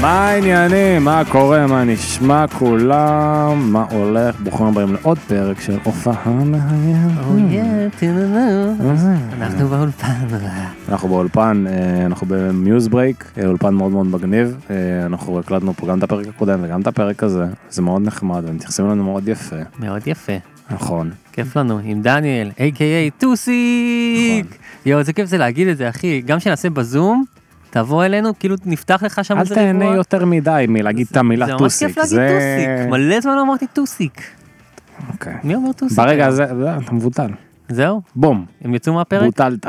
מה העניינים? מה קורה? מה נשמע? כולם? מה הולך? ברוכים הבאים לעוד פרק של הופעה מהיום. אנחנו באולפן. אנחנו באולפן, אה, אנחנו במיוז ברייק, אה, אולפן מאוד מאוד מגניב. אה, אנחנו הקלטנו פה גם את הפרק הקודם וגם את הפרק הזה. זה מאוד נחמד, הם מתייחסים אלינו מאוד יפה. מאוד יפה. נכון. כיף לנו, עם דניאל, a.k.a. טוסיק. נכון. יואו, איזה כיף זה להגיד את זה, אחי. גם כשנעשה בזום, תבוא אלינו, כאילו נפתח לך שם אל איזה תהנה ריבוע. יותר מדי מלהגיד את זה המילה ממש כיף טוסיק. להגיד טוסיק. מלא זמן לא אמרתי טוסיק. אוקיי. מי אומר טוסיק? ברגע הזה, לא, אתה מבוטל. זהו, בום, הם יצאו מהפרק? בוטלת.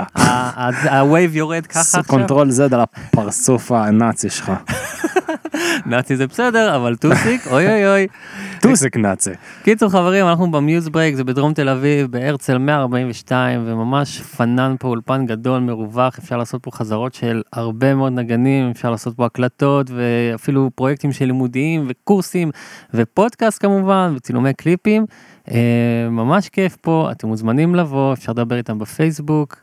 הווייב יורד ככה עכשיו? קונטרול Z על הפרצוף הנאצי שלך. נאצי זה בסדר, אבל טוסיק, אוי אוי אוי. טוסיק נאצי. קיצור חברים, אנחנו במיוז ברייק, זה בדרום תל אביב, בהרצל 142, וממש פנן פה אולפן גדול, מרווח, אפשר לעשות פה חזרות של הרבה מאוד נגנים, אפשר לעשות פה הקלטות, ואפילו פרויקטים של לימודיים, וקורסים, ופודקאסט כמובן, וצילומי קליפים. אה, ממש כיף פה, אתם מוזמנים לבוא, אפשר לדבר איתם בפייסבוק,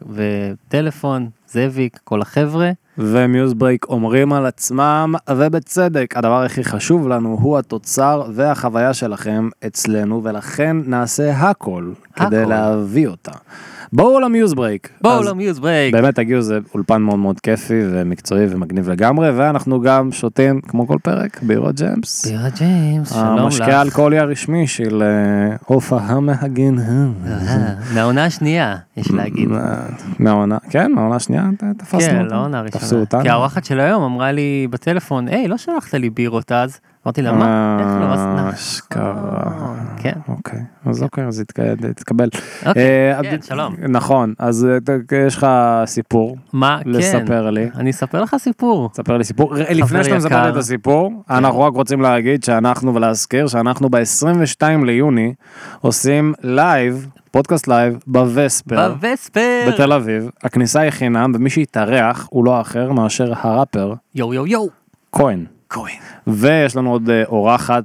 וטלפון, זאביק, כל החבר'ה. ומיוז ברייק אומרים על עצמם, ובצדק, הדבר הכי חשוב לנו הוא התוצר והחוויה שלכם אצלנו, ולכן נעשה הכל כדי הכל. להביא אותה. בואו למיוז ברייק. בואו אז למיוז ברייק. באמת תגיעו, זה אולפן מאוד מאוד כיפי ומקצועי ומגניב לגמרי, ואנחנו גם שותים, כמו כל פרק, בירות ג'מס. בירה ג'יימס, שלום לך. המשקה האלכוהולי הרשמי של אה, הופעה מהגנהם. אה, מהעונה השנייה, יש להגיד. אה, מהעונה, כן, מהעונה השנייה ת- תפסנו אותה. כן, לא עונה ראשונה. תפסו אותנו. כי האורחת של היום אמרה לי בטלפון, היי, לא שלחת לי בירות אז. אמרתי לה, מה? איך לא? אז אה, נכון. אשכרה. כן. אוקיי, אז אוקיי, אז התק- תתקבל. אוקיי, אה, כן, אב- שלום. נכון, אז אה, ת- יש לך סיפור, מה, כן. לספר לי. אני אספר לך סיפור. תספר לי סיפור. ר- לפני שאתה יקר. כן. מספר לי את הסיפור, אנחנו רק רוצים להגיד שאנחנו, ולהזכיר שאנחנו ב-22 ליוני עושים לייב, פודקאסט לייב, בווספר. בווספר. בתל אביב, הכניסה היא חינם, ומי שיתארח הוא לא אחר מאשר הראפר יואו יואו יואו. כהן. כהן. ויש לנו עוד אה, אורחת,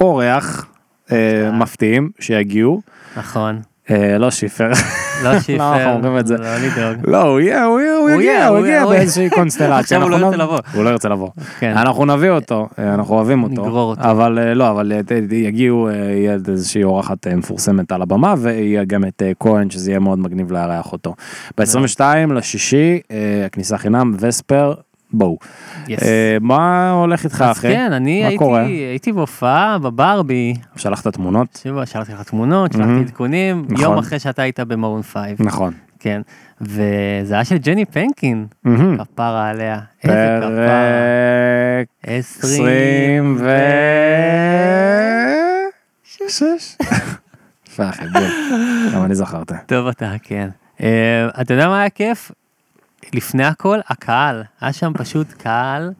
אורח, אה, מפתיעים שיגיעו. נכון. אה, לא שיפר. לא שיפר. לא, אנחנו אומרים את זה. לא לדאוג. לא, הוא יהיה, הוא יהיה, הוא יגיע, הוא יגיע באיזושהי קונסטלציה. עכשיו הוא לא אנחנו ירצה נב- לבוא. הוא לא ירצה לבוא. כן. אנחנו נביא אותו, אה, אנחנו אוהבים אותו. נגרור אותו. אבל אה, לא, אבל אה, ת- יגיעו, אה, יהיה איזושהי אורחת אה, מפורסמת על הבמה, ויהיה גם את אה, כהן, שזה יהיה מאוד מגניב לארח אותו. ב-22 לשישי, אה, הכניסה חינם, וספר, בואו. Yes. אה, מה הולך איתך, אז אחי? כן, אני מה הייתי- קורה? הייתי בהופעה בברבי, שלחת תמונות? שבו שלחתי לך תמונות, שלחתי עדכונים, נכון. יום אחרי שאתה היית במרון פייב. נכון. כן, וזה היה של ג'ני פנקין, מהמם. כפרה עליה, איזה כפרה, פרק עשרים עשרים ו... ו... שש. יפה אחי, בול. גם אני זכרת. טוב אתה, כן. אה, אתה יודע מה היה כיף? לפני הכל, הקהל, היה שם פשוט קהל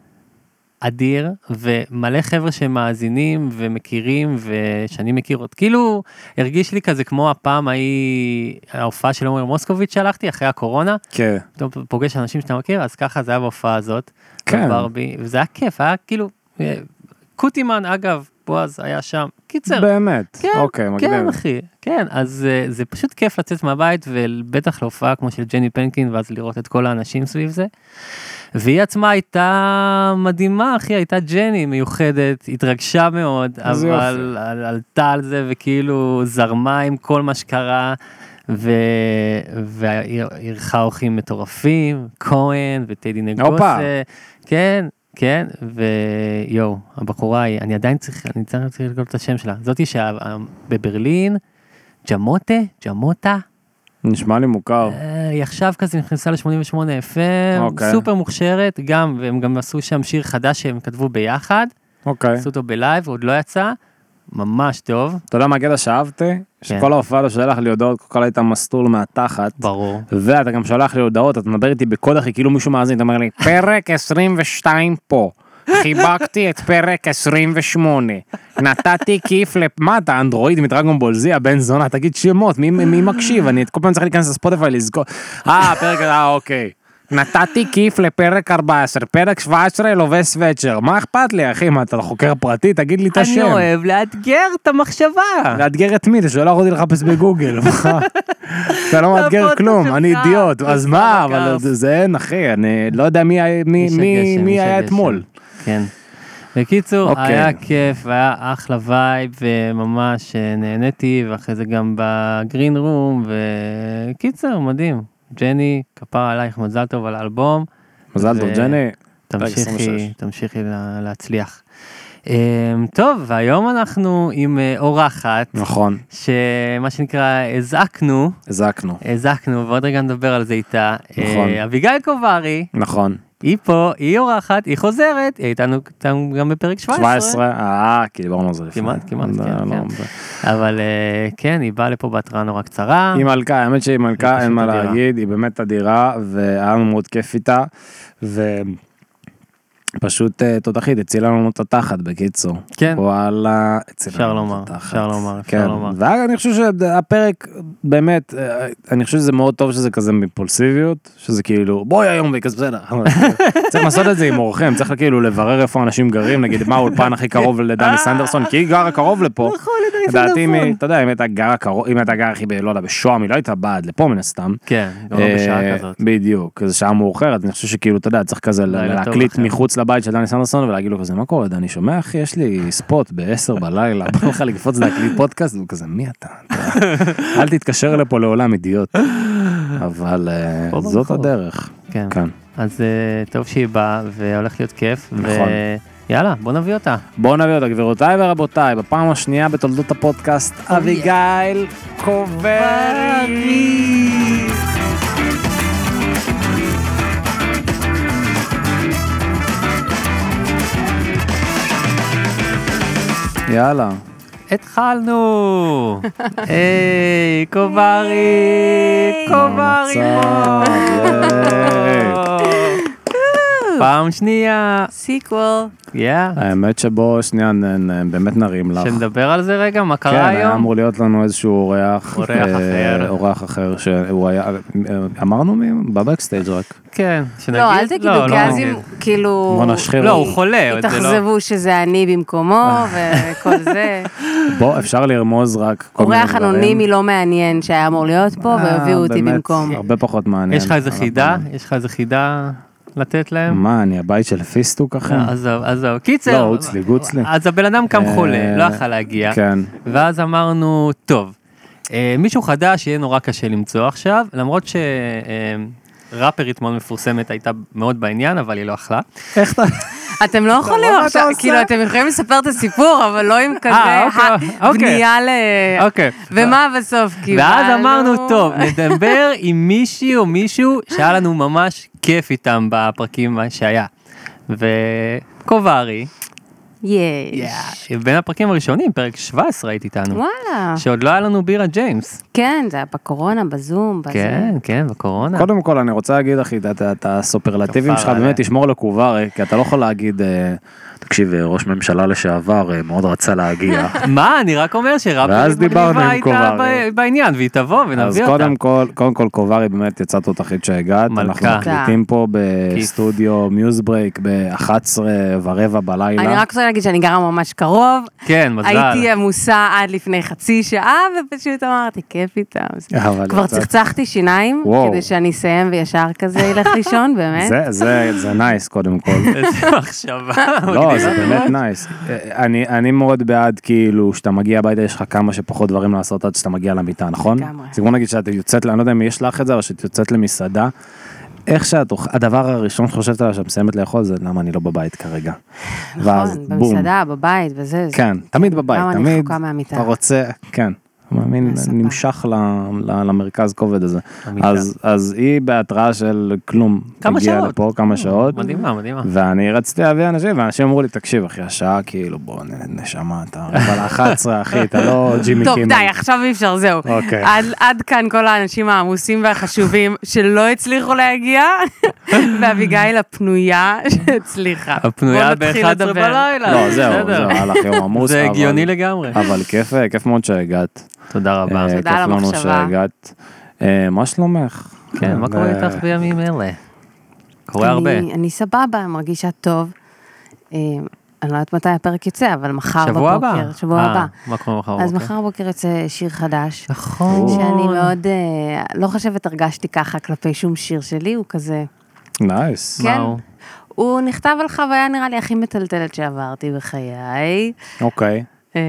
אדיר, ומלא חבר'ה שמאזינים ומכירים, ושאני מכיר עוד, כאילו, הרגיש לי כזה כמו הפעם ההיא, ההופעה של עומר מוסקוביץ' שהלכתי אחרי הקורונה, כן. פתאום אתה פוגש אנשים שאתה מכיר, אז ככה זה היה בהופעה הזאת. כן. בברבי, וזה היה כיף, היה כאילו, אה, קוטימן אגב, בועז היה שם, קיצר. באמת. כן, אוקיי, כן מגניב. אחי, כן, אז אה, זה פשוט כיף לצאת מהבית ובטח להופעה כמו של ג'ני פנקין ואז לראות את כל האנשים סביב זה. והיא עצמה הייתה מדהימה אחי, הייתה ג'ני מיוחדת, התרגשה מאוד, איזה אבל על, עלתה על זה וכאילו זרמה עם כל מה שקרה. ו... ואירחה אורחים מטורפים, כהן וטדי נגוסה, הופה. כן, כן, ויואו, הבחורה היא, אני עדיין צריך, אני צריך צריך לקרוא את השם שלה, זאתי שבברלין, ג'מוטה, ג'מוטה, נשמע לי מוכר. אה, היא עכשיו כזה נכנסה ל-88 FM, אוקיי. סופר מוכשרת, גם, והם גם עשו שם שיר חדש שהם כתבו ביחד, אוקיי. עשו אותו בלייב, עוד לא יצא, ממש טוב, אתה יודע מה הקטע שאהבתי? כן. שכל ההופעה לא שולח לי הודעות, כל היית מסטול מהתחת. ברור. ואתה גם שולח לי הודעות, אתה מדבר איתי בקוד אחי, כאילו מישהו מאזין, אתה אומר לי, פרק 22 פה. חיבקתי את פרק 28, נתתי כיף לפ... מה אתה אנדרואיד מדרגון בולזי הבן זונה, תגיד שמות, מי, מי מקשיב? אני כל פעם צריך להיכנס לספוטיפיי לזכור. אה, פרק, אה, אוקיי. נתתי כיף לפרק 14, פרק 17 לובש סוואצ'ר, מה אכפת לי אחי, מה אתה חוקר פרטי? תגיד לי את השם. אה, אני אוהב לאתגר את המחשבה. לאתגר את מי? אתה שולח אותי לחפש בגוגל. מה? אתה לא מאתגר הפודקאסט כלום, שלך, אני אידיוט. אז תודה מה, אבל רבה. זה- זה אין, אחי, אני לא יודע מי היה- מי- איש מי- הגשם, מי איש היה הגשם. אתמול. כן. בקיצור, אוקיי. היה כיף, היה אחלה וייב, וממש אה, נהניתי, ואחרי זה גם בגרין רום, וקיצר, מדהים. ג'ני, כפר עלייך, מזל טוב על האלבום. מזל טוב, ו- ג'ני. תמשיכי, 26. תמשיכי לה- להצליח. אה, טוב, והיום אנחנו עם אה, אורחת, נכון, שמה שנקרא, הזעקנו, הזקנו. הזעקנו, ועוד רגע נדבר על זה איתה. אה, נכון. אביגיל קוברי, נכון. היא פה, היא אורחת, היא חוזרת, היא הייתנו איתנו גם בפרק 17. 17, אה, כי דיברנו על זה לפני. כמעט, כמעט, לא, כן, לא, כן. זה- אבל אה, כן, היא באה לפה בהתראה נורא קצרה. היא מלכה, האמת שהיא מלכה, פשוט אין מה אדירה. להגיד, היא באמת אדירה, והיה לנו מאוד כיף איתה, ופשוט אה, תותחית, הצילה לנו את התחת, בקיצור. כן. וואלה, הצילה אפשר לנו לומר, את התחת. אפשר לומר, אפשר כן. לומר. ואני חושב שהפרק, באמת, אה, אני חושב שזה מאוד טוב שזה כזה מפולסיביות, שזה כאילו, בואי היום וכזה בסדר. צריך לעשות את זה עם אורחים, צריך כאילו לברר איפה אנשים גרים, נגיד מה האולפן הכי קרוב לדני סנדרסון, כי היא גרה קרוב לפה. נכון, לדעתי לדעתי, אם היא- סנדרסון. אתה יודע, אם הייתה גרה קרוב, אם הייתה גרה הכי, ב- לא יודע, בשוהם, היא לא הייתה באה עד לפה מן הסתם. כן, גם לא בשעה אה, כזאת. בדיוק, זו שעה מאוחרת, אני חושב שכאילו, אתה יודע, צריך כזה לילה טוב להקליט לכם. מחוץ לבית של דני סנדרסון ולהגיד לו כזה, מה קורה, דני, שומע אחי, יש לי ספוט ב-10 בלילה, בא לך לקפוץ להקליט פודקאסט, והוא כזה, מי אתה? אתה- אל תתקשר לפה לעולם, אידיוט. אבל אה, פה זאת ברחוב. הדרך. כן. כן. אז אה, טוב שהיא באה, והולך להיות כיף. נכון. ויאללה, בוא נביא אותה. בואו נביא אותה, גבירותיי ורבותיי, בפעם השנייה בתולדות הפודקאסט, Oh, אביגיל קוברי. יאללה. התחלנו! היי, קוברי! קוברי! מצב, פעם שנייה! סיקוול. יא. האמת שבו שנייה נ- נ- באמת נרים לך. שנדבר על זה רגע, מה אה. כן, קרה היה היום? אמור להיות לנו איזשהו אורח, אורח אה, אחר. אורח אחר שהוא היה, אה, אמרנו מי? בבקסטייג' רק, כן, שנגיד? לא, אל תגידו, לא, כי לא אז נגיד. אם, כאילו... בוא נשחיר. לא, הוא חולה, זה לא- התאכזבו שזה אני במקומו וכל זה. בוא אפשר לרמוז רק כל מיני אורח דברים. אנונימי לא מעניין שהיה אמור להיות פה, אה, והביאו אותי באמת, במקום. הרבה פחות מעניין. יש לך איזה כן, אבל- חידה? יש לך איזה חידה לתת להם? מה, אני הבית של פיסטוק אחי? לא, עזוב, עזוב. קיצר, לא, הוצלי, גוצלי. אז הבן אדם קם אה, חולה, לא יכל להגיע, כן. ואז אמרנו, טוב, אה, מישהו חדש יהיה נורא קשה למצוא עכשיו, למרות שראפרית מאוד מפורסמת הייתה מאוד בעניין, אבל היא לא אכלה. איך אתה... אתם לא יכולים אתה עכשיו, עושה? כאילו, אתם יכולים לספר את הסיפור, אבל לא עם כזה אה, אוקיי, ה- אוקיי. בנייה ל... אוקיי. ומה בסוף כאילו, קיבלנו? ואז אמרנו, טוב, נדבר עם מישהי או מישהו שהיה לנו ממש כיף איתם בפרקים שהיה. וקוברי, יש. בין הפרקים הראשונים, פרק 17 היית איתנו, וואלה. שעוד לא היה לנו בירה ג'יימס. כן, זה היה בקורונה, בזום, בזה. כן, כן, בקורונה. קודם כל אני רוצה להגיד אחי, את- את- את הסופרלטיבים כפרה שלך באמת עליה. תשמור לקוברי, כי אתה לא יכול להגיד, אה, תקשיב, אה, ראש ממשלה לשעבר אה, מאוד רצה להגיע. מה, אני רק אומר שרפי ואז דיברנו עם קוברי. ב- בעניין, והיא תבוא אז ונביא אותה. קודם כל, קודם כל קוברי באמת יצא תותחית שהגעת, אנחנו מלכה. מקליטים פה בסטודיו מיוזברייק ב-11 ורבע בלילה. אני רק רוצה להגיד שאני גרה ממש קרוב. כן, מזל. הייתי עמוסה עד לפני חצי שעה, ופשוט אמרתי, כיף איתם. אבל כבר יצאת- צחצחתי שיניים, וואו. כדי שאני אסיים וישר כזה אלך לישון, באמת. זה, זה, זה נייס קודם כל. איזה מחשבה. אוקיי. לא, זה באמת נייס. אה, אני, אני מאוד בעד כאילו, כשאתה מגיע הביתה יש לך כמה שפחות דברים לעשות עד שאתה מגיע למיטה, נכון? לגמרי. זה כמו נגיד שאת יוצאת, ל- אני לא יודע אם יש לך את זה, אבל שאת יוצאת למסעדה, איך שאת, אוכ- הדבר הראשון שחושבת עליו שאת מסיימת לאכול זה למה אני לא בבית כרגע. ואז נכון, במסעדה, בבית וזה. זה- כן, תמיד בבית, למה אני תמיד. רחוקה מהמיטה? אתה רוצה, כן. הוא מאמין, הספה. נמשך ל- ל- למרכז כובד הזה. המיטה. אז, אז היא בהתראה של כלום. כמה הגיעה שעות? לפה כמה שעות. מדהימה, מדהימה. ואני רציתי להביא אנשים, ואנשים אמרו לי, תקשיב אחי, השעה כאילו, בוא נ- נשמה, אתה אבל 11 אחי, אתה לא ג'ימי טוב, קימל. די, עכשיו אי אפשר, זהו. אוקיי. עד, עד כאן כל האנשים העמוסים והחשובים שלא הצליחו להגיע, ואביגיל הפנויה שהצליחה. הפנויה בוא נתחיל ב-11 לדבר. בלילה. לא, זהו, בסדר. זהו, הלך יום עמוס. זה אבל- הגיוני לגמרי. אבל כיף, אה, כיף מאוד שהגעת. תודה רבה. אה, תודה כיף על לנו המחשבה. שהגעת. אה, מה שלומך? כן, מה ו- קורה איתך בימים אלה? קורה הרבה. אני, אני סבבה, מרגישה טוב. אה, אני לא יודעת מתי הפרק יוצא, אבל מחר שבוע בבוקר. הבא. שבוע אה, הבא. מה קורה אוקיי. מחר אז בבוקר? מחר בבוקר יוצא שיר חדש. נכון. שאני מאוד, אה, לא חושבת הרגשתי ככה כלפי שום שיר שלי, הוא כזה, נייס. מה כן. הוא? הוא נכתב על חוויה נראה לי הכי מטלטלת שעברתי בחיי. אוקיי. אמ,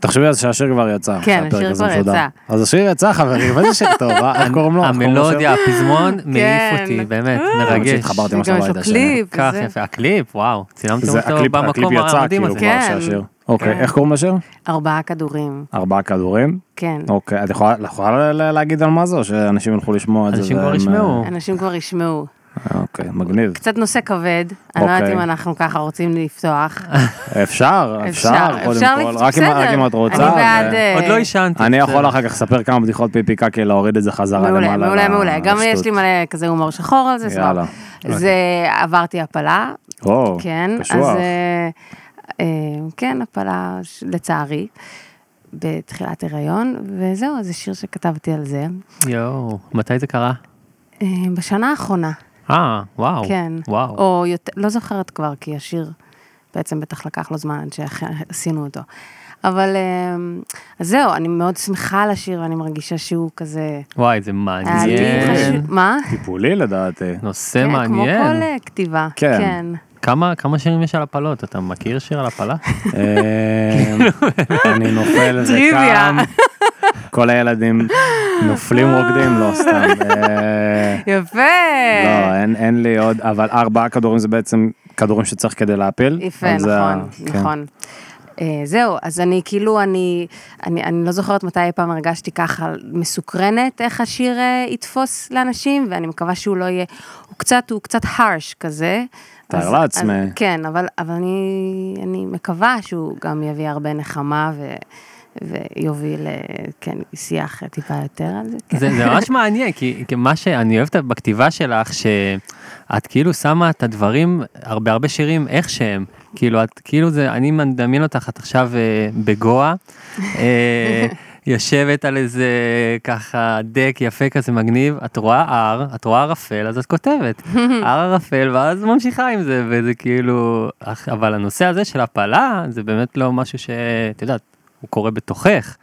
תחשבי אז שהשיר כבר יצא. כן, שהפרק השיר הזה כבר משודר. יצא. אז השיר יצא חברים, איזה שיר טוב, אה? איך קוראים לו? איך קוראים לשיר? המלודיה, הפזמון, מעיף אותי, באמת, האמת מרגש. שהתחברתי ממש וגם יש הביתה לו שלי. קליפ כך וזה. יפה, הקליפ, וואו, צילמתם זה אותו הקליפ, הקליפ במקום יצא המדהים כאילו הזה. כבר כן. שהשיר. אוקיי, כן. איך קוראים לשיר? ארבעה כדורים, ארבעה כדורים. כן. אוקיי, את יכולה- את יכולה ל- להגיד על מה זה, או שאנשים ילכו לשמוע את זה? אנשים כבר והם, ישמעו. אנשים כבר ישמעו. אה, אוקיי, מגניב. קצת נושא כבד, אני לא יודעת אוקיי. אם אנחנו ככה רוצים לפתוח. אפשר, אפשר, קודם אפשר כל, לפ- רק אם- בסדר. רק אם את רוצה. אני בעד... ו- אה, עוד לא עישנתי. אני יכול בסדר. אחר כך לספר כמה בדיחות פיפי קקי להוריד את זה חזרה מעולה, למעלה. מעולה, ל- מעולה. גם לשטות. יש לי מלא כזה הומור שחור על זה, יאללה. סבבה. זה עברתי הפלה, או, כן, קשוח. אז אה, אה, כן, הפלה ש- לצערי, בתחילת הריון, וזהו, אז זה שיר שכתבתי על זה. יואו, מתי זה קרה? אה, בשנה האחרונה, אה, וואו. כן. וואו. או יותר, לא זוכרת כבר, כי השיר בעצם בטח לקח לו זמן עד שעשינו אותו. אבל אה, אז זהו, אני מאוד שמחה על השיר, ואני מרגישה שהוא כזה... וואי, זה היה לי מעניין. חשוב- מה? טיפולי לדעתי. נושא כן, כמו כל מעניין. אה, כתיבה. כן. כן. כמה כמה שירים יש על הפלות? אתה מכיר שיר על הפלה? אה, אמ, אני נופל כאילו, טריוויה. וקם. כל הילדים נופלים רוקדים, לא סתם. אה, יפה. לא, אין- אין לי עוד, אבל ארבעה כדורים זה בעצם כדורים שצריך כדי להפיל. יפה, אז זה ה- נכון, כן. נכון. אה, זהו, אז אני כאילו, אני, אני, אני לא זוכרת מתי אי פעם הרגשתי ככה מסוקרנת איך השיר אה, יתפוס לאנשים, ואני מקווה שהוא לא יהיה, הוא קצת, הוא קצת harsh כזה. תאר אז- לעצמך. אז כן, אבל, אבל אני, אני מקווה שהוא גם יביא הרבה נחמה ו, ויוביל, אה, כן, שיח טיפה יותר על זה. כן. זה, זה ממש מעניין, כי, כי מה שאני אוהב בכתיבה שלך, שאת כאילו שמה את הדברים, הרבה הרבה שירים, איך שהם. כאילו, את, כאילו זה, אני מדמיין אותך, את עכשיו אה, בגואה, אה, יושבת על איזה ככה דק יפה כזה מגניב, את רואה הר, את רואה ערפל, אז את כותבת, הר ערפל, ואז ממשיכה עם זה, וזה כאילו, אך- אבל הנושא הזה של הפלה, זה באמת לא משהו שאת יודעת, הוא קורה בתוכך.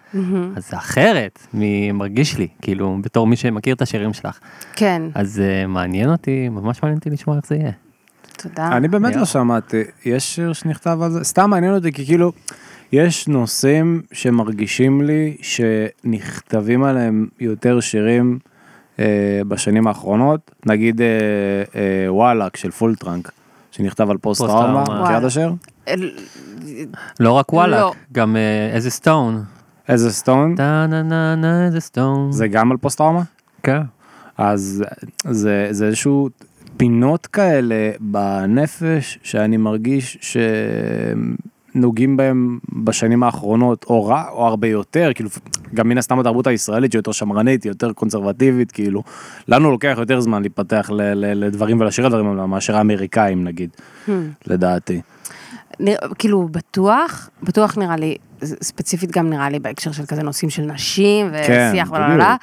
אז זה אחרת ממרגיש לי, כאילו, בתור מי שמכיר את השירים שלך. כן, אז אה, מעניין אותי, ממש מעניין אותי לשמוע איך זה יהיה. תודה. אני באמת יאללה. לא שמעתי, יש שיר שנכתב על זה? סתם מעניין אותי, כי כאילו, יש נושאים שמרגישים לי שנכתבים עליהם יותר שירים אה, בשנים האחרונות, נגיד אה, אה, וואלאק של פול טראנק, שנכתב על פוסט טראומה, פוסט-טראומה. מכירה את השיר? אה, לא רק וואלה, לא. גם אה, איזה סטון. איזה סטון, טה נה נה נה איזה סטון. זה גם על פוסט טראומה? כן. אז זה, זה איזשהו פינות כאלה בנפש שאני מרגיש שנוגעים בהם בשנים האחרונות, או רע, או הרבה יותר, כאילו, גם מן הסתם התרבות הישראלית שהיא יותר שמרנית, היא יותר קונסרבטיבית, כאילו, לנו לוקח יותר זמן להתפתח ל- ל- לדברים ולשיר הדברים האלה מאשר האמריקאים נגיד, Hmm. לדעתי. נרא- כאילו, בטוח, בטוח נראה לי, ז- ספציפית גם נראה לי בהקשר של כזה נושאים של נשים כן, ושיח וללה,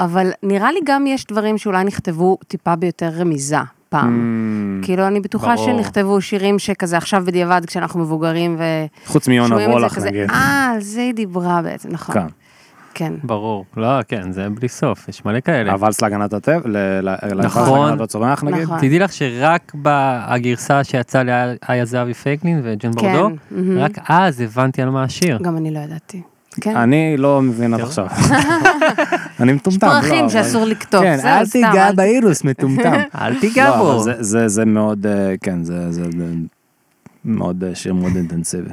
אבל נראה לי גם יש דברים שאולי נכתבו טיפה ביותר רמיזה פעם. Mm, כאילו, אני בטוחה ברור. שנכתבו שירים שכזה עכשיו בדיעבד, כשאנחנו מבוגרים חוץ מיונה ושומעים את זה וולך כזה, נגיד. אה, על זה היא דיברה בעצם, נכון. כן. כן. ברור. לא, כן, זה בלי סוף, יש מלא נכון. כאלה. הוואלס להגנת הטבע, ל- ל- נכון. להגנת הצומח נגיד. נכון. תדעי לך שרק בהגרסה שיצאה לאיה זהבי פייגלין וג'ון כן, ברדו, מהמם. רק אז הבנתי על מה השיר. גם אני לא ידעתי. כן. אני לא מבין כן. עד עכשיו. אני מטומטם. פרחים לא, אבל- שאסור לקטוף, כן, זהו, אל סתם, תיגע אל- באירוס, מטומטם. אל תיגע לא, אבל בו. זה- זה- זה מאוד, אה, כן, זה זה- זה מאוד אה, שיר מאוד אינטנסיבי.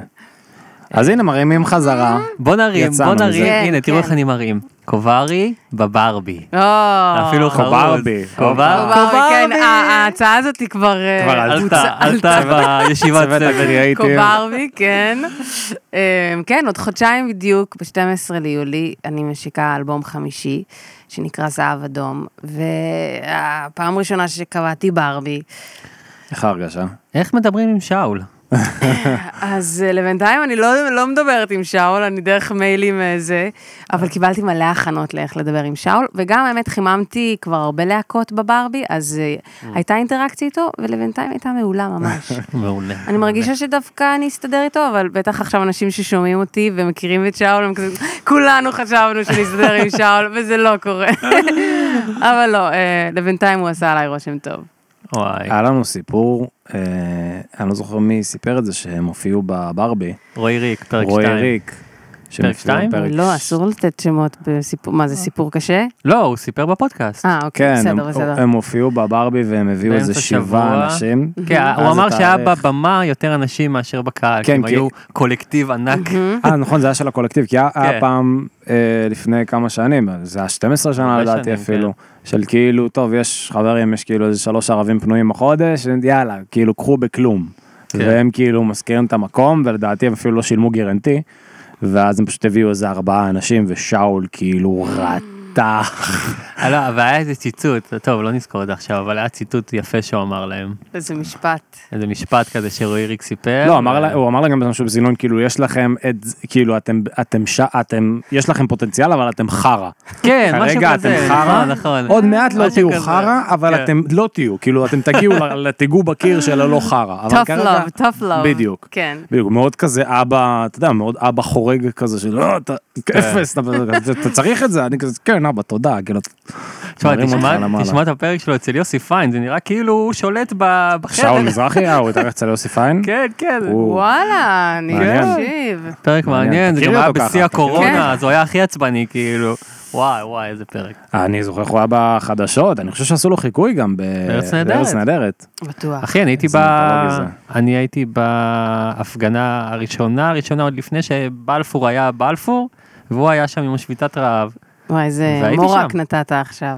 אז הנה מרימים חזרה. בוא נרים, יצאנו בוא נרים, מזה. הנה, תראו כן. איך אני מרים. קוברי בברבי. או, אפילו חרוד. קוברבי. קובר- קוברבי, כן, ה- ההצעה הזאת היא כבר... אה, כבר עלתה, עלתה, בוצעה- עלתה בישיבת צוות צוות. הקריאייטיב. קוברבי, כן. אמ, כן, עוד חודשיים בדיוק, ב-12 ליולי, אני משיקה אלבום חמישי, שנקרא זהב אדום, והפעם הראשונה שקבעתי ברבי, איך ההרגשה? איך מדברים עם שאול? אז אה, לבינתיים אני לא, לא מדברת עם שאול, אני דרך מיילים אה, זה, אבל קיבלתי מלא הכנות לאיך לדבר עם שאול, וגם האמת חיממתי כבר הרבה להקות בברבי, אז אה, הייתה אינטראקציה איתו, ולבינתיים הייתה מעולה ממש. מעולה. אני מרגישה שדווקא אני אסתדר איתו, אבל בטח עכשיו אנשים ששומעים אותי ומכירים את שאול, הם כזה, כולנו חשבנו שנסתדר עם שאול, וזה לא קורה. אבל לא, אה, לבינתיים הוא עשה עליי רושם טוב. וואי, היה לנו סיפור, אה, אני לא זוכר מי סיפר את זה, שהם הופיעו בברבי. רועי ריק, פרק 2. רועי ריק. שהם פרק הופיעו שתיים? בפרק- לא, אסור לתת שמות בסיפור, מה זה סיפור קשה? לא, הוא סיפר בפודקאסט. אה, אוקיי, כן, בסדר, הם- בסדר. הם הופיעו בברבי והם הביאו איזה באמצע שבעה שבוע. אנשים. כן, אז אה, הוא אמר התאריך- שהיה בבמה יותר אנשים מאשר בקהל, כן, כי הם כי- היו קולקטיב ענק. אה, נכון, זה היה של הקולקטיב, כי היה היה כן. פעם אה, לפני כמה שנים, זה היה 12 שנה הרבה לדעתי שנים, כן. אפילו, של כאילו, טוב, יש חברים, יש כאילו איזה שלוש ערבים פנויים בחודש, יאללה, כאילו, קחו בכלום. כן. והם כאילו מזכירים את המקום, ולדעתי הם אפילו לא שילמו גרנטי, ואז הם פשוט הביאו איזה ארבעה אנשים, ושאול כאילו רתח. אה, לא, אבל היה איזה ציטוט, טוב, לא נזכור את זה עכשיו, אבל היה ציטוט יפה שהוא אמר להם. איזה משפט. איזה משפט כזה שרועי ריק סיפר. אה, לא, אמר לה- ו- הוא אמר לה גם משהו בסגנון, כאילו, יש לכם את, זה- כאילו, אתם, אתם, ש- אתם, יש לכם פוטנציאל, אבל אתם חרא. כן, משהו כרגע אתם כזה. חרא, נכון, נכון. עוד מעט לא משהו תהיו כזה. חרא, אבל כן. אתם לא תהיו, כאילו אתם תגיעו, ל- תיגעו בקיר של הלא חרא. אבל tough כרגע- love, tough love. בדיוק. כן. בדיוק, מאוד כזה אבא, אתה יודע, מאוד אבא חורג כזה של לא, אתה אפס, אתה- אתה צריך את זה, אני כזה, כן אבא, תודה, כאילו, תשמע, מרים אותך תשמע- למעלה. תשמע את הפרק שלו אצל יוסי פיין, זה נראה כאילו הוא שולט ב- בחדר. שאול מזרחי, אה, הוא התארח אצל יוסי פיין? כן, כן. הוא- וואלה, אני מעניין. מקשיב. פרק מעניין. מעניין, זה תכירי גם היה אותו ככה, בשיא תכירי הקורונה, אותו. אז הוא היה הכי עצבני, כאילו. וואי, וואי, איזה פרק. אני זוכר איך הוא היה בחדשות, אני חושב שעשו לו חיקוי גם ב- בארץ נהדרת. בארץ נהדרת. בטוח. אחי, אני הייתי ב... איזה מיתולוגי אני הייתי בהפגנה הראשונה, הראשונה עוד לפני שבלפור היה בלפור, והוא היה שם עם השביתת רעב. וואי, איזה והייתי מורק שם. נתת עכשיו.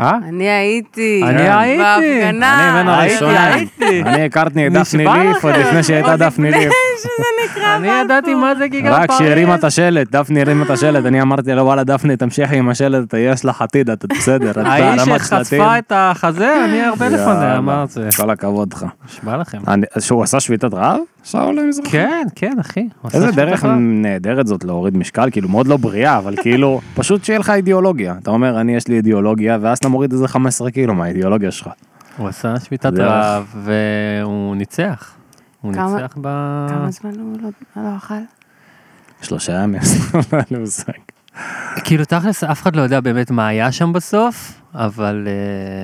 אה? אני הייתי. אני הייתי. בהפגנה. אני מן כן. הייתי, הראשונים. הייתי. אני הכרתי את דפני נשבע ליף עוד לכם. לפני שהייתה עוד דפני לפני ליף. שזה נקרא אני בלפור. ידעתי מה זה גיגה פריז. רק שהרימה את השלט, דפני הרימה את השלט, אני אמרתי לו וואלה דפני תמשיכי עם השלט, יש לך עתיד, את בסדר, את האיש בהרמת שלטים. שחשפה את החזה, אני הרבה לפניה, יאללה, אמר את זה. כל הכבוד לך. נשבע לכם. אני- אז שהוא עשה שביתת רעב? שאול המזרחי? כן, כן, אחי. הוא עשה איזה שביתת דרך רעב. נהדרת זאת להוריד משקל, כאילו מאוד לא בריאה, אבל כאילו, פשוט שיהיה לך אידיאולוגיה. אתה אומר, אני יש לי אידיאולוגיה, ואז אתה מוריד איזה 15 קילו מהאידיאולוגיה שלך. הוא עשה שביתת דרך. רעב, והוא ניצח. הוא כמה- ניצח ב... כמה זמן הוא לא- לא אכל? שלושה ימים, אין לי מושג. כאילו תכלס אף אחד לא יודע באמת מה היה שם בסוף, אבל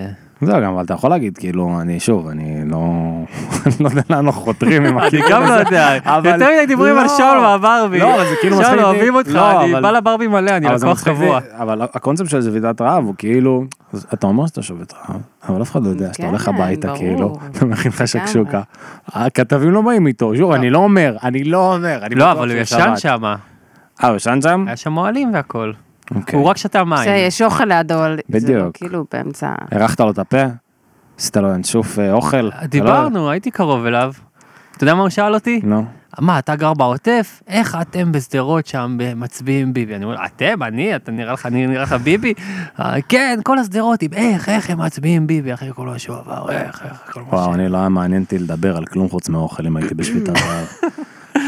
אה, זהו גם, אבל אתה יכול להגיד, כאילו, אני שוב, אני לא אני לא יודע לאן אנחנו חותרים עם אני הכיוון גם לא יודע, אבל- יותר מדי דיבורים על לא. שאול והברבי. לא, אבל זה כאילו מצחיק שאול אותי. אוהבים אותך, לא, אני אבל- בא לברבי מלא, אני אבל זה לקוח מצחיק קבוע. לי, אבל הקונספט של שביתת רעב הוא כאילו, אז אתה אומר שאתה שובת רעב, אבל אף אחד לא יודע שאתה כן, הולך הביתה ברור. כאילו, אתה מכין לך לגמרי. שקשוקה. הכתבים לא באים איתו, שוב, אני לא אומר, אני לא אומר, אני לא, בטוח אבל הוא שהוא ישן שבת. שם, אה, הוא ישן שם? היה שם אוהלים והכל. אוקיי. הוא רק שתה בסדר, מים. יש אוכל לידו, אבל זה לא בדיוק. כאילו באמצע... הרחת לו את הפה? עשית לו ינשוף אה, אוכל? אתה לא- דיברנו, הייתי קרוב אליו. אתה יודע מה הוא שאל אותי? נו. מה, אתה גר בעוטף? איך אתם בשדרות שם מצביעים ביבי? אני אומר, אתם, אני, אתה נראה לך, אני נראה לך ביבי? "אה, כן, כל השדרות, עם איך, איך הם מצביעים ביבי אחרי כל מה שהוא עבר, איך, איך, כל מה ש... וואו, אני לא היה מעניין אותי לדבר על כלום חוץ מאוכל אם הייתי בשביתת רעב.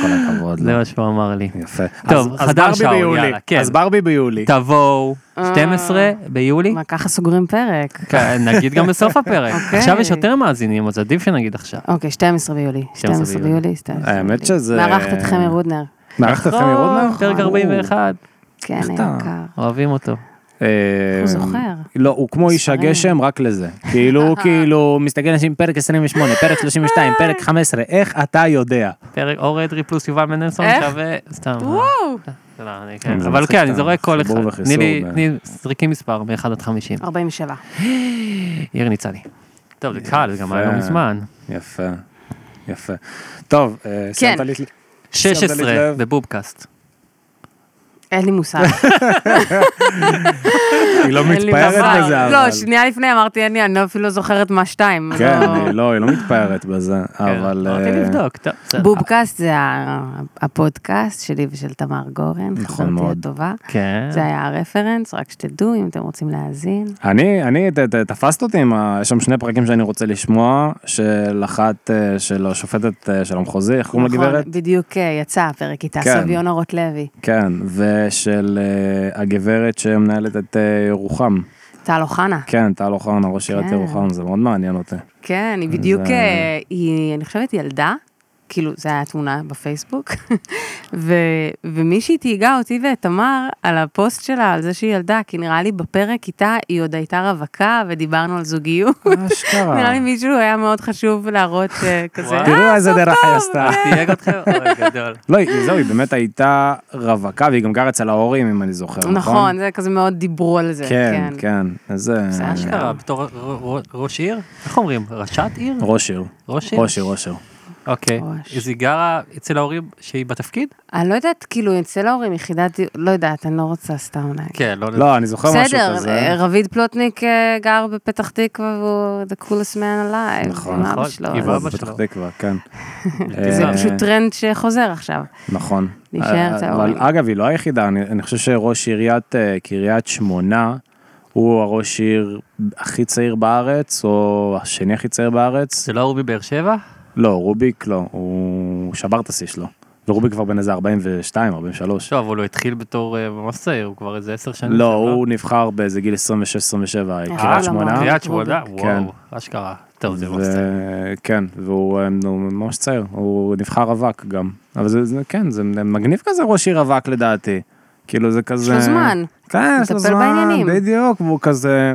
כל הכבוד. זה לא. מה שהוא אמר לי. יפה. טוב, אז- אז חדר ברבי שאול, ביולי. יאללה, כן. אז ברבי ביולי. תבואו, 12 ביולי? אה. מה, ככה סוגרים פרק. כן, נגיד גם בסוף הפרק. אוקיי. עכשיו יש יותר מאזינים, אז עדיף שנגיד עכשיו. אוקיי, 12 ביולי. 12 ביולי. ביולי, 12 ביולי. האמת שזה- מארחת את חמי רודנר. מארחת אתכם לראות אה. נכון, פרק 41, כן, היקר. אוהבים אותו. הוא זוכר? אה, אה. לא, הוא כמו איש מספרים. הגשם רק לזה. כאילו, הוא כאילו, מסתכל על אנשים פרק 28, פרק 32, אה. פרק 15, איך אתה יודע? פרק אור אדרי פלוס יובל מנדלסון איך? שווה, סתם. וואו! לא, אני כן. זה אבל מצחיק כן, אני שאתה זורק כל אחד. חיבור וחיסור תני לי, ב- תני, זריקי מספר מ-1 עד 50. 47. אה. עיר ניצני. טוב, זה קל, זה גם היה לא יפה. מזמן. כן. יפה, יפה. טוב, אה, סיימת לי... שמת 16 לב? בבובקאסט. אין לי מושג. היא לא אין לי מתפארת מושג. בזה, אבל... לא, שנייה לפני אמרתי, אני אני אפילו לא זוכרת מה שתיים. כן, לא- היא לא, היא לא מתפארת בזה, אבל... כן. אמרתי אה, לבדוק, טוב, בסדר. בובקאסט זה ה- הפודקאסט שלי ושל תמר גורן, חברתי נכון מאוד. הטובה. כן. זה היה הרפרנס, רק שתדעו אם אתם רוצים להאזין. אני, אני, ת, ת, תפסת אותי עם ה... יש שם שני פרקים שאני רוצה לשמוע, של אחת, אה, של השופטת אה, של המחוזי, איך קוראים נכון, לגברת? בדיוק אה, יצא הפרק איתה, כן. סביונה רוטלוי. כן, ושל אה, הגברת שמנהלת את אה, ירוחם. טל אוחנה. כן, טל אוחנה, ראש עיריית כן. ירוחם, זה מאוד מעניין אותי. כן, היא בדיוק, זה- אה, היא, אני חושבת, ילדה, כאילו, זו הייתה תמונה בפייסבוק, ו, ומישהי תהיגה אותי ואת תמר על הפוסט שלה, על זה שהיא ילדה, כי נראה לי בפרק איתה, היא עוד הייתה רווקה, ודיברנו על זוגיות. אשכרה. נראה לי מישהו היה מאוד חשוב להראות אה, כזה. תראו איזה דרך היא עשתה. תייג אתכם? אוי, גדול. לא, היא- זהו, היא באמת הייתה רווקה, והיא גם גרה אצל ההורים, אם אני זוכר, נכון? נכון, זה כזה מאוד דיברו על זה, כן, אה. כן, איזה... בסדר. מה שקרה, כן. בתור ר- ר- ראש עיר? איך אומרים? ראשת עיר? ראש עיר. ראש עיר? ראש עיר, ראש עיר. אוקיי. ראש. אז היא גרה אצל ההורים שהיא בתפקיד? אני לא יודעת, כאילו, אצל ההורים יחידת, דיור- לא יודעת, אני לא רוצה סתם להגיד. כן, לא יודע. לא, אני זוכר משהו בסדר, כזה. אה, רביד פלוטניק אה, גר בפתח תקווה והוא the coolest man alive. נכון, עם אבא נכון, שלו, עם אז- אבא שלו. פתח תקווה, כן. זה אה, פשוט טרנד שחוזר עכשיו. נכון. להישאר אה, אצל אבל ההורים. אגב, היא לא היחידה, אני אני חושב שראש עיריית אה, קריית שמונה, הוא הראש עיר הכי צעיר בארץ, או השני הכי צעיר בארץ. זה לא ההוא מבאר שבע? לא, רוביק לא, הוא שבר את השיא שלו. ורוביק כבר בן איזה 42, 43. לא, אבל הוא התחיל בתור אה, ממש צעיר, הוא כבר איזה עשר שנים. לא, שם, הוא נבחר באיזה גיל 26-27, קריית שמונה. למה? קריית שמונה? כן. וואו, אשכרה. טוב, זה ממש צעיר. ו- כן, והוא אה, נו, ממש צעיר, הוא נבחר רווק גם. אבל זה, זה כן, זה מגניב כזה ראש עיר רווק לדעתי. כאילו זה כזה... לו זמן. כן, יש לו מטפל זמן, בעניינים. בדיוק, והוא כזה...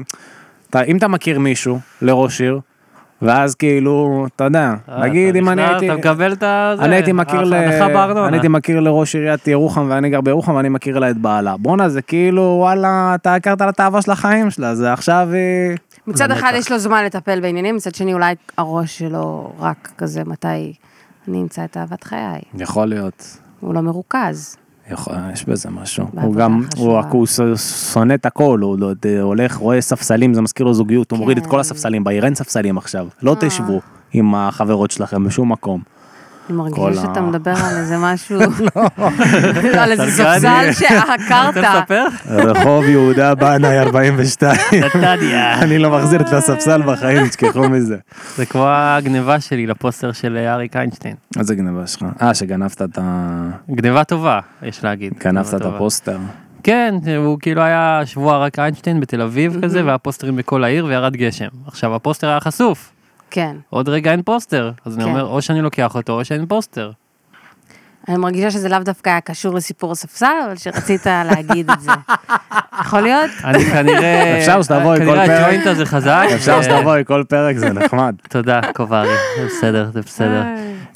אתה, אם אתה מכיר מישהו לראש עיר, ואז כאילו, אתה יודע, אה, נגיד אתה אם אני נכנס, הייתי... אתה מקבל את ה... זה, אני הייתי מכיר, ל... ההנחה בארנונה. אני הייתי מכיר לראש עיריית ירוחם ואני גר בירוחם ואני מכיר לה את בעלה. בואנה זה כאילו וואלה אתה הכרת לה את האהבה של החיים שלה זה עכשיו היא... מצד אחד יש לו זמן לטפל בעניינים, מצד שני אולי הראש שלו רק כזה מתי אני אמצא את אהבת חיי. יכול להיות. הוא לא מרוכז. יכול, יש בזה משהו. הוא בעבודה גם, חשובה. הוא, רק- הוא ש- שונא את הכל, הוא לא- ד- הולך, רואה ספסלים, זה מזכיר לו זוגיות, הוא כן. אה. מוריד את כל הספסלים, בעיר אין ספסלים עכשיו. לא תשבו עם החברות שלכם בשום מקום. אני כל מרגישה שאתה ה- לא. מדבר על איזה משהו, על איזה ספסל אתה שעקרת. מספר? רחוב יהודה בנאי 42. אני לא מחזיר את הספסל בחיים, תשכחו מזה. זה כמו הגניבה שלי לפוסטר של אה, אריק איינשטיין. איזה גנבה שלך? אה, שגנבת את ה... גניבה טובה, יש להגיד. גנבת גניבה את טובה. הפוסטר. כן, הוא כאילו היה שבוע רק איינשטיין בתל אביב כזה, והיה פוסטרים בכל העיר וירד גשם. עכשיו הפוסטר היה חשוף, כן. עוד רגע אין פוסטר. אז אני כן. אומר, או שאני לוקח אותו או שאין פוסטר. אני מרגישה שזה לאו דווקא היה קשור לסיפור הספסל, אבל שרצית להגיד את זה. יכול להיות? אני כנראה... אפשר שתבואי כל כנראה פרק. הג'וינט הזה חזק. אפשר ו- שתבואי כל פרק, זה נחמד. תודה, קוברי, זה בסדר, זה בסדר.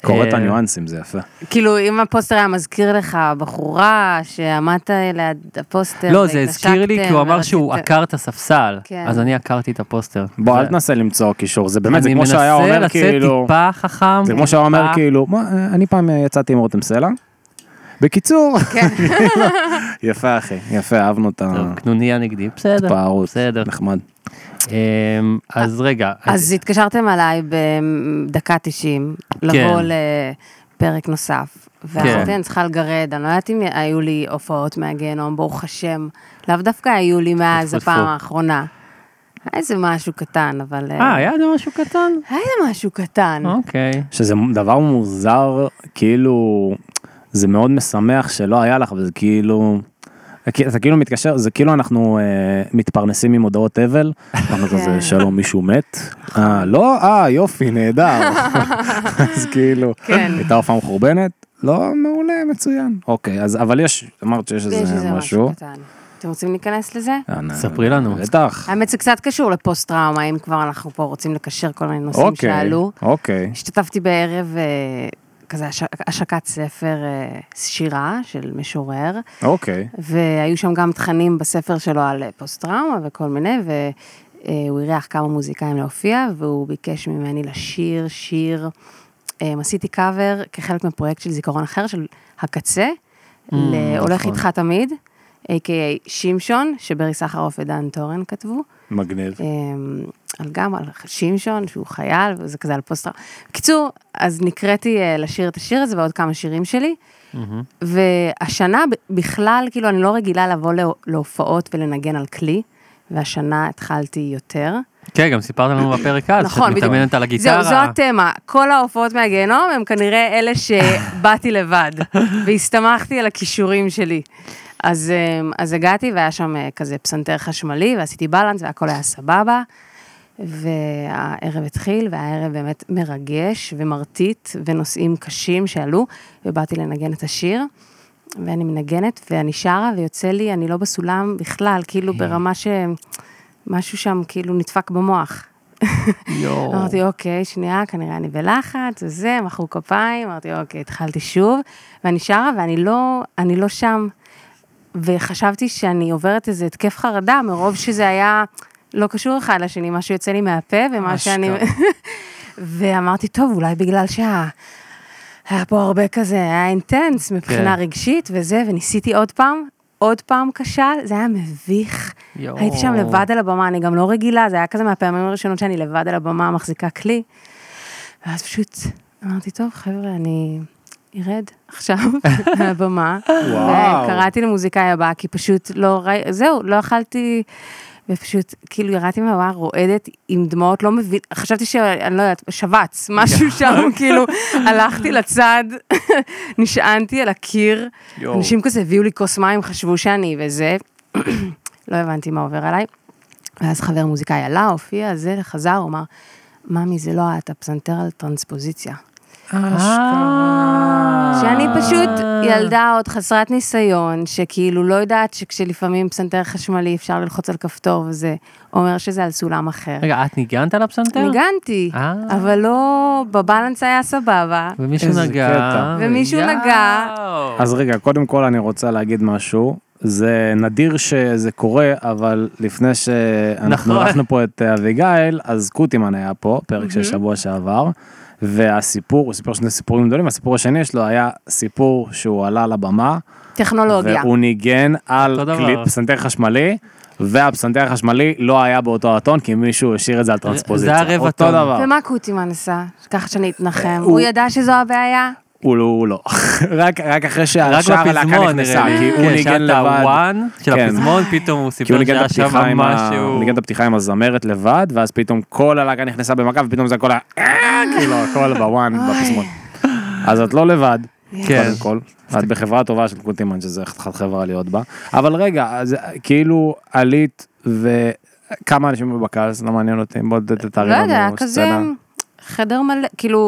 קורא את אה, הניואנסים, זה יפה. כאילו, אם הפוסטר היה מזכיר לך בחורה שעמדת ליד הפוסטר, לא, זה הזכיר לי, והתנשקתם כי הוא אמר ורצית- שהוא עקר את הספסל, אה, כן. אז אני עקרתי את הפוסטר. בוא, זה- אל תנסה למצוא קישור, זה באמת, זה כמו שהיה אני אומר מנסה לצאת כאילו... טיפה חכם. זה כמו שהיה אומר טיפה- כאילו, "מה, אני פעם יצאתי עם רותם סלע. בקיצור, יפה אחי, יפה, אהבנו את טוב, קנוניה נגדי, בסדר. הפערות, בסדר. כאילו- נחמד. אמ, אז רגע, אה, אז התקשרתם אליי בדקה 90, לבוא לפרק נוסף. כן. ואמרתי, אני צריכה לגרד, אני לא יודעת אם היו לי הופעות מהגיהנום, ברוך השם. לאו דווקא היו לי מאז טפו, טפו. הפעם האחרונה. היה איזה משהו קטן, אבל... אה, היה איזה משהו קטן? היה איזה משהו קטן. אוקיי. שזה דבר מוזר, כאילו, זה מאוד משמח שלא היה לך, וזה כאילו... אתה כאילו מתקשר, זה כאילו אנחנו אה, מתפרנסים ממודעות אבל, אנחנו כזה, כן. שלום מישהו מת, אה לא, אה יופי נהדר, אז כאילו, כן. הייתה הופעה מחורבנת, לא מעולה, מצוין, אוקיי, אז אבל יש, אמרת שיש יש איזה איזה משהו, משהו קטן. אתם רוצים להיכנס לזה? אנא, ספרי לנו. בטח. האמת זה קצת קשור לפוסט טראומה, אם כבר אנחנו פה רוצים לקשר כל מיני נושאים אוקיי. שעלו. אוקיי. השתתפתי בערב אה, כזה הש- השקת ספר אה, שירה של משורר, אוקיי. והיו שם גם תכנים בספר שלו על אה, פוסט טראומה וכל מיני, אה, והוא אירח כמה מוזיקאים להופיע, והוא ביקש ממני לשיר שיר אמ, עשיתי קאבר כחלק מפרויקט של זיכרון אחר, של הקצה, להולך נכון. איתך תמיד, a.k.a שמשון, שברי סחרוף ודן טורן כתבו. מגניב. אמ, על גם על שמשון, שהוא חייל, וזה כזה על פוסט בקיצור, אז נקראתי אה, לשיר את השיר הזה ועוד כמה שירים שלי. והשנה ב- בכלל, כאילו, אני לא רגילה לבוא לה- להופעות ולנגן על כלי, והשנה התחלתי יותר. כן, גם סיפרת לנו בפרק אז, שאת נכון, בדיוק. מתאמנת על הגיטרה. זהו, זו התמה. כל ההופעות מהגיהנום הם כנראה אלה שבאתי לבד, והסתמכתי על הכישורים שלי. אז, אמ, אז הגעתי והיה שם אה, כזה פסנתר חשמלי, ועשיתי בלנס והכל היה סבבה. והערב התחיל, והערב באמת מרגש ומרטיט, ונושאים קשים שעלו, ובאתי לנגן את השיר. ואני מנגנת, ואני שרה, ויוצא לי, אני לא בסולם בכלל, כאילו כן. ברמה ש... משהו שם כאילו נדפק במוח. יואו. אמרתי, אוקיי, שנייה, כנראה אני בלחץ, וזה, מחאו כפיים, אמרתי, אוקיי, התחלתי שוב, ואני שרה, ואני לא, אני לא שם. וחשבתי שאני עוברת איזה התקף חרדה, מרוב שזה היה לא קשור אחד לשני, מה שיוצא לי מהפה, ומה שאני... ואמרתי, טוב, אולי בגלל שה... היה פה הרבה כזה, היה אינטנס מבחינה כן. רגשית וזה, וניסיתי עוד פעם, עוד פעם כשל, זה היה מביך. יואו. הייתי שם לבד על הבמה, אני גם לא רגילה, זה היה כזה מהפעמים הראשונות שאני לבד על הבמה מחזיקה כלי. ואז פשוט אמרתי, טוב, חבר'ה, אני ארד עכשיו מהבמה. וואו. וקראתי למוזיקאי הבא, כי פשוט לא, ראי- זהו, לא יכלתי... ופשוט, כאילו, ירדתי מהבמה רועדת עם דמעות, לא מבין, חשבתי שאני לא יודעת, שבץ, משהו אוקיי. שם, כאילו, הלכתי לצד, נשענתי על הקיר, יואו. אנשים כזה הביאו לי כוס מים, חשבו שאני וזה, לא הבנתי מה עובר עליי. ואז חבר מוזיקאי עלה, הופיע, זה, חזר, הוא אמר, ממי, זה לא את, הפסנתר על טרנספוזיציה. אה. שאני פשוט ילדה עוד חסרת ניסיון, שכאילו לא יודעת שכשלפעמים פסנתר חשמלי אפשר ללחוץ על כפתור וזה אומר שזה על סולם אחר. רגע, את ניגנת על הפסנתר? ניגנתי, אה. אבל לא, בבלנס היה סבבה. ומישהו איזה נגע. קטע. ומישהו יואו. נגע. אז רגע, קודם כל אני רוצה להגיד משהו. זה נדיר שזה קורה, אבל לפני שאנחנו נכון. הלכנו פה את אה, אביגיל, אז קוטימן היה פה, פרק של שבוע שעבר, והסיפור, הוא סיפר שני סיפורים גדולים, הסיפור השני שלו היה סיפור שהוא עלה לבמה, טכנולוגיה. והוא ניגן על לא אותו דבר. כלי פסנתר חשמלי, והפסנתר החשמלי לא היה באותו הטון, כי מישהו השאיר את זה על טרנספוזיציה. זה הרבע אותו טון. דבר. ומה קוטימן עשה? ככה שאני אתנחם. הוא- הוא ידע שזו הבעיה? הוא לא, הוא לא. רק, רק אחרי רק שהשאר הלהקה בפזמון, נכנסה, נראה לי. כי הוא כן, ניגן שעת לבד. הוואן של כן. הפזמון, פתאום הוא כי הוא סיפר ניגן כאילו את שהיה שם הפתיחה עם ה- הוא משהו. ניגן את הפתיחה עם הזמרת לבד, ואז פתאום כל הלהקה נכנסה במכה, ופתאום זה הכל היה, "אה", כאילו הכל בוואן, בפזמון. אז את לא לבד, כן. קודם כל. את בחברה טובה של קוטימן, שזה חתיכת חברה להיות בה. אבל רגע, אז כאילו עלית ו... כמה אנשים בקהל, זה לא מעניין אותי, בוא ת- תתארי לא לנו יודע, כזה סצנה. חדר מלא, כאילו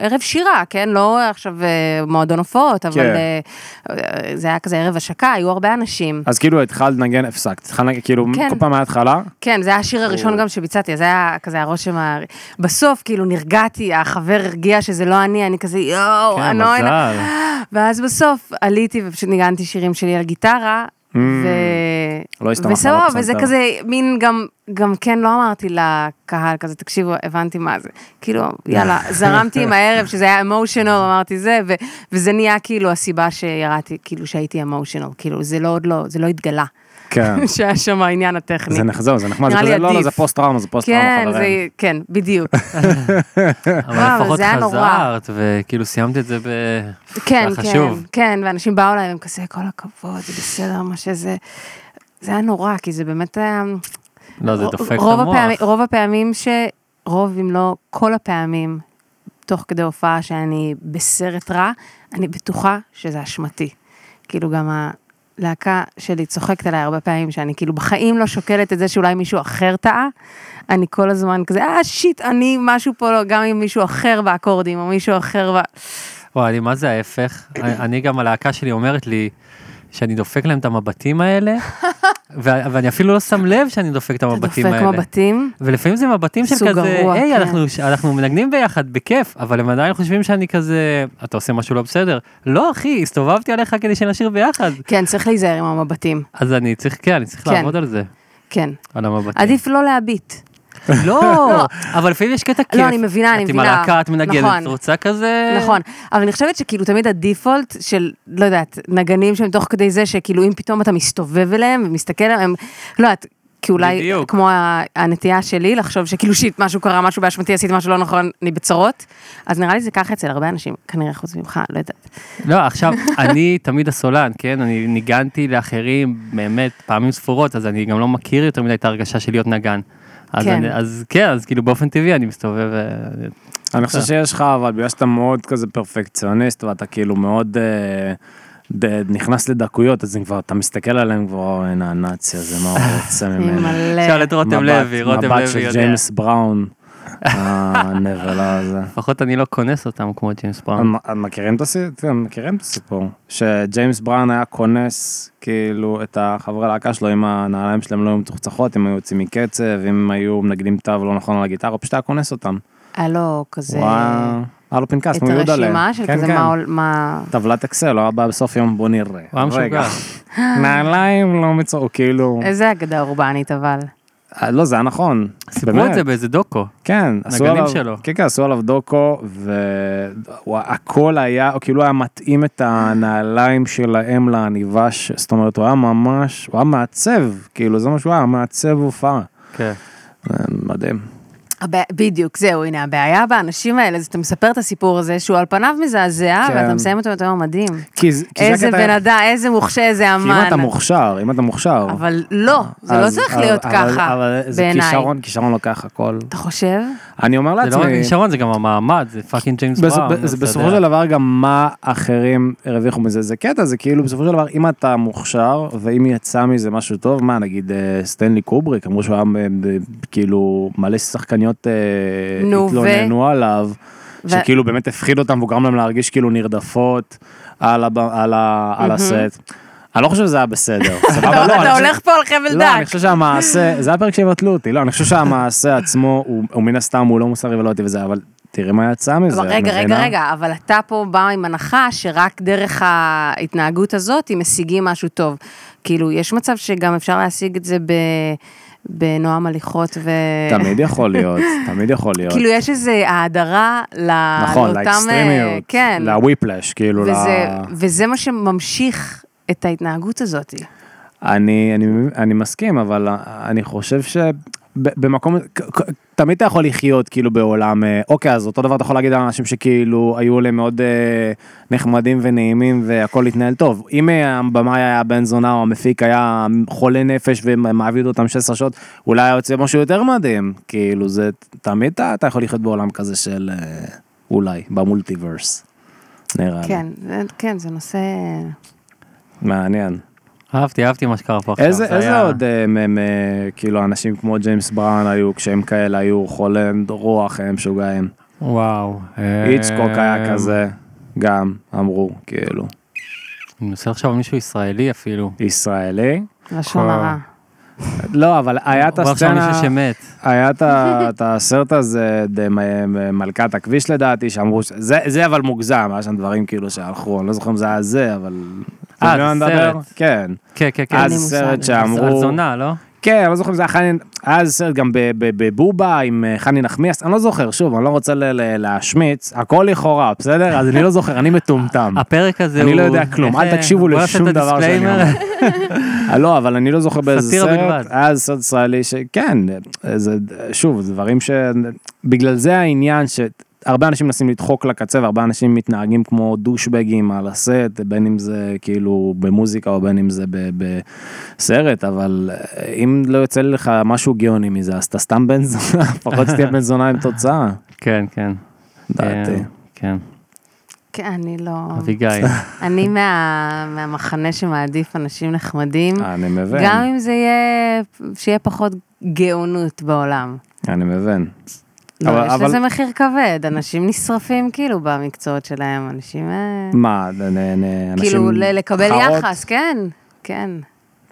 ערב שירה, כן? לא עכשיו אה, מועדון הופעות, אבל כן. אה, אה, זה היה כזה ערב השקה, היו הרבה אנשים. אז כאילו התחלת לנגן, הפסקת, התחלת לנגן, כאילו כן. כל פעם מההתחלה, כן, זה היה השיר הראשון גם שביצעתי, אז זה היה כזה הרושם ה... בסוף, כאילו, נרגעתי, החבר הרגיע שזה לא אני, אני כזה, יואו, כן, אני לא... מזל. ואז בסוף עליתי ופשוט ניגנתי שירים שלי על גיטרה, ו... לא הסתמכת על וסבבה, הפסנתר. וזה כזה מין גם, גם כן לא אמרתי לקהל כזה, תקשיבו, הבנתי מה זה. כאילו, יאללה, זרמתי עם הערב, שזה היה אמושיונל, אמרתי זה, ו... וזה נהיה כאילו הסיבה שירדתי, כאילו שהייתי אמושיונל, כאילו, זה לא עוד לא, זה לא התגלה. כן. שהיה שם העניין הטכני. זה נחזור, זה נחמד, זה נראה לי כזה, לא, לא, עדיף. זה פוסט טראומה, זה פוסט טראומה, כן, חברים. זה, כן, בדיוק. וואו, אבל לפחות זה היה נורא. חזרת, וכאילו סיימת את זה ב... כן, זה היה כן, חשוב. כן, ואנשים באו אליי, הם כזה, כל הכבוד, זה בסדר, מה שזה. זה היה נורא, כי זה באמת אה, היה... לא, זה דופק את רוב הפעמים- המוח. רוב הפעמים ש... רוב אם לא כל הפעמים, תוך כדי הופעה שאני בסרט רע, אני בטוחה שזה אשמתי. כאילו גם הלהקה שלי צוחקת עליי הרבה פעמים, שאני כאילו בחיים לא שוקלת את זה שאולי מישהו אחר טעה. אני כל הזמן כזה, אה שיט, אני משהו פה לא, גם אם מישהו אחר באקורדים, או מישהו אחר ב... וואי, אני- מה זה ההפך? אני- אני גם, הלהקה שלי אומרת לי שאני דופק להם את המבטים האלה, ו- ואני אפילו לא שם לב שאני דופק את אתה המבטים דופק האלה. מבטים. ולפעמים זה מבטים של סוג כזה, גרוע, היי, כן. אנחנו, ש- אנחנו מנגנים ביחד, בכיף, אבל הם עדיין חושבים שאני כזה, אתה עושה משהו לא בסדר. לא, אחי, הסתובבתי עליך כדי שנשיר ביחד. כן, צריך להיזהר עם המבטים, אז אני צריך, כן, אני צריך כן. לעבוד על זה, כן. על המבטים. עדיף לא להביט. לא, אבל לפעמים יש קטע כיף. אני מבינה, אני את עם מבינה. הלהקה, את מנגנת, נכון. רוצה כזה... נכון, אבל אני חושבת שכאילו תמיד הדיפולט של, לא יודעת, נגנים שהם תוך כדי זה, שכאילו אם פתאום אתה מסתובב אליהם ומסתכל עליהם, הם- לא יודעת, כי אולי, בדיוק. כמו ה- הנטייה שלי, לחשוב שכאילו שיט, משהו קרה, משהו באשמתי, עשיתי משהו לא נכון, אני בצרות, אז נראה לי זה ככה אצל הרבה אנשים, כנראה חוץ ממך, לא יודעת. לא, עכשיו, אני תמיד הסולן, כן? אני ניגנתי לאחרים באמת פעמים ספורות, אז אני גם לא מכיר יותר מדי את ההרגשה של להיות נגן. אז כן. אני- אז כן, אז כאילו באופן טבעי אני מסתובב... אה, אני חושב שיש לך, אבל בגלל שאתה מאוד כזה פרפקציוניסט ואתה כאילו מאוד אה, ד- נכנס לדקויות, אז אם כבר אתה מסתכל עליהם כבר, אה, "אוי, הנה הנאצי הזה, מה הוא רוצה ממנו? שאל את רותם מבט- לוי, רותם מבט לוי של יודע. ג'יימס בראון, הנבלה הזה. לפחות אני לא כונס אותם כמו ג'יימס בראון. אתם מכירים את הסיפור? אתם מכירים את הסיפור? שג'יימס בראון היה כונס כאילו את החברי להקה שלו אם הנעליים שלהם לא היו מצוחצחות, אם היו יוצאים מקצב, אם הם היו מנגנים תו לא נכון על הגיטרה, הוא פשוט היה כונס אותם. הלו, אה, לא, כזה, הוא היה היה לו פנקס, את כמו יהודה לב. הרשימה של כן, כזה כן. מה עול- מה... טבלת אקסל, הוא היה בא בסוף יום בוא נראה. הוא היה משוגע. רגע, נעליים לא מצור, כאילו, איזה אגדה אורבנית אבל. אה, לא זה היה נכון. סיפרו את באמת. זה באיזה דוקו. כן, עשו נגנים עליו, שלו. כן, כן, עשו עליו דוקו, והכל היה, הוא כאילו היה מתאים את הנעליים שלהם לעניבה, ש- זאת אומרת, הוא היה ממש, הוא היה מעצב, כאילו, זה מה שהוא היה, מעצב הופעה. כן. זה מדהים. הבע... בדיוק, זהו, הנה, הבעיה באנשים האלה, זה אתה מספר את הסיפור הזה, שהוא על פניו מזעזע, כן. ואתה מסיים אותו יותר מדהים. כי זה- כי זה איזה הקטע- בן אדם, איזה מוכשה, איזה כי אם אמן. אתה מוכשר, אם אתה מוכשר. אבל לא, זה לא אז- צריך אבל- להיות אבל- ככה, אבל זה בעיניי. כישרון, כישרון לוקח הכל. אתה חושב? אני אומר זה לא רק לעצמי, כישרון, זה גם המעמד, זה פאקינג ג'יימס בס- בראון. ב- זה אתה בסופו יודע. של דבר גם מה אחרים הרוויחו מזה זה קטע זה כאילו בסופו של דבר אם אתה מוכשר ואם יצא מזה משהו טוב מה נגיד אה, סטנלי קובריק אמרו שהוא היה אה, ב- כאילו מלא שחקניות אה, נו, ו- התלוננו עליו. ו- שכאילו באמת הפחיד אותם והוא גרם להם להרגיש כאילו נרדפות על הב- על ה- על הסט. אני לא חושב שזה היה בסדר, סבבה? לא, אני אתה חושב- הולך פה על חבל לא, אני דק. חושב שהמעשה, זה הפרק שיבטלו אותי, לא, אני חושב שהמעשה עצמו, הוא הוא מן הסתם, הוא לא מוסרי ולא אותי וזה, אבל תראה מה יצא מזה, אבל רגע, את רגע, מבינה? רגע, אבל אתה פה בא עם הנחה שרק דרך ההתנהגות הזאת הם משיגים משהו טוב. כאילו, יש מצב שגם אפשר להשיג את זה ב... בנועם הליכות ו... תמיד יכול להיות, תמיד יכול להיות. כאילו יש איזה האדרה ל... נכון, לאותם, אה, לאקסטרימיות, כן. לוויפלאש, כאילו, ל- כן. וזה, וזה מה שממשיך את ההתנהגות הזאת. אני, אני, אני מסכים, אבל אני חושב שבמקום, תמיד אתה יכול לחיות כאילו בעולם, אה, אוקיי, אז אותו דבר אתה יכול להגיד על אנשים שכאילו היו להם מאוד אה, נחמדים ונעימים והכל התנהל טוב. אם אה, הבמאי היה בן זונה או המפיק היה חולה נפש ומעביד אותם 16 שעות, אולי היה יוצא משהו יותר מדהים. כאילו זה, תמיד אתה, אתה יכול לחיות בעולם כזה של אה, אולי, במולטיברס. נראה לי. כן, זה- כן, זה נושא... מעניין. אהבתי, אהבתי מה שקרה פה עכשיו. איזה, זה איזה היה- עוד אה, מ- מ- כאילו אנשים כמו ג'יימס בראון היו כשהם כאלה היו חולי רוח הם משוגעים. וואו. אה, איצקוק היה כזה גם אמרו כאילו אני מנסה עכשיו מישהו ישראלי אפילו. ישראלי לשון הרע. לא אבל היה את הוא עכשיו הסצנה מישהו שמת. היה את ה- את הסרט הזה ד- מ- מ- מלכת הכביש לדעתי שאמרו ש- זה זה אבל מוגזם היה שם דברים כאילו שהלכו אני לא זוכר אם זה היה זה אבל. אה, אתם יודעים זה על מה אני סרט. מדבר? כן. כן, כן, כן. אז אין לי סרט מושג. על שאמרו. זונה, לא? כן, אני לא זוכר אם זה היה חני, היה איזה סרט גם ב- ב- בבובה עם אה, חני נחמיאס, אני לא זוכר, שוב, אני לא רוצה ל- ל- להשמיץ, הכל לכאורה, בסדר? אז אני לא זוכר, אני מטומטם. הפרק הזה הוא... אני לא יודע כלום, אל איך- תקשיבו בוא נעשה לשום את דבר שאני הדיסקליימר. אומר. אה, לא, אבל אני לא זוכר באיזה סאטירה סרט, בלבד. היה איזה סרט ישראלי שכן, אה, זה, שוב, זה דברים ש... בגלל זה העניין ש... הרבה אנשים מנסים לדחוק לקצה והרבה אנשים מתנהגים כמו דושבגים על הסט, בין אם זה כאילו במוזיקה או בין אם זה ב- בסרט, אבל אה, אם לא יוצא לך משהו גאוני מזה, אז אתה סתם בן זונה, לפחות שתהיה בן זונה עם תוצאה, כן, כן. דעתי. אה, כן, כן, אני לא... אביגיל. אני מה- מהמחנה שמעדיף אנשים נחמדים, אה, אני מבין, גם אם זה יהיה... שיהיה פחות גאונות בעולם. אני מבין. לא, אבל- יש אבל- לזה מחיר כבד, אנשים נשרפים כאילו במקצועות שלהם, אנשים... אה, מה, נ- נ- אנשים... כאילו ל- לקבל חרות? יחס, כן, כן.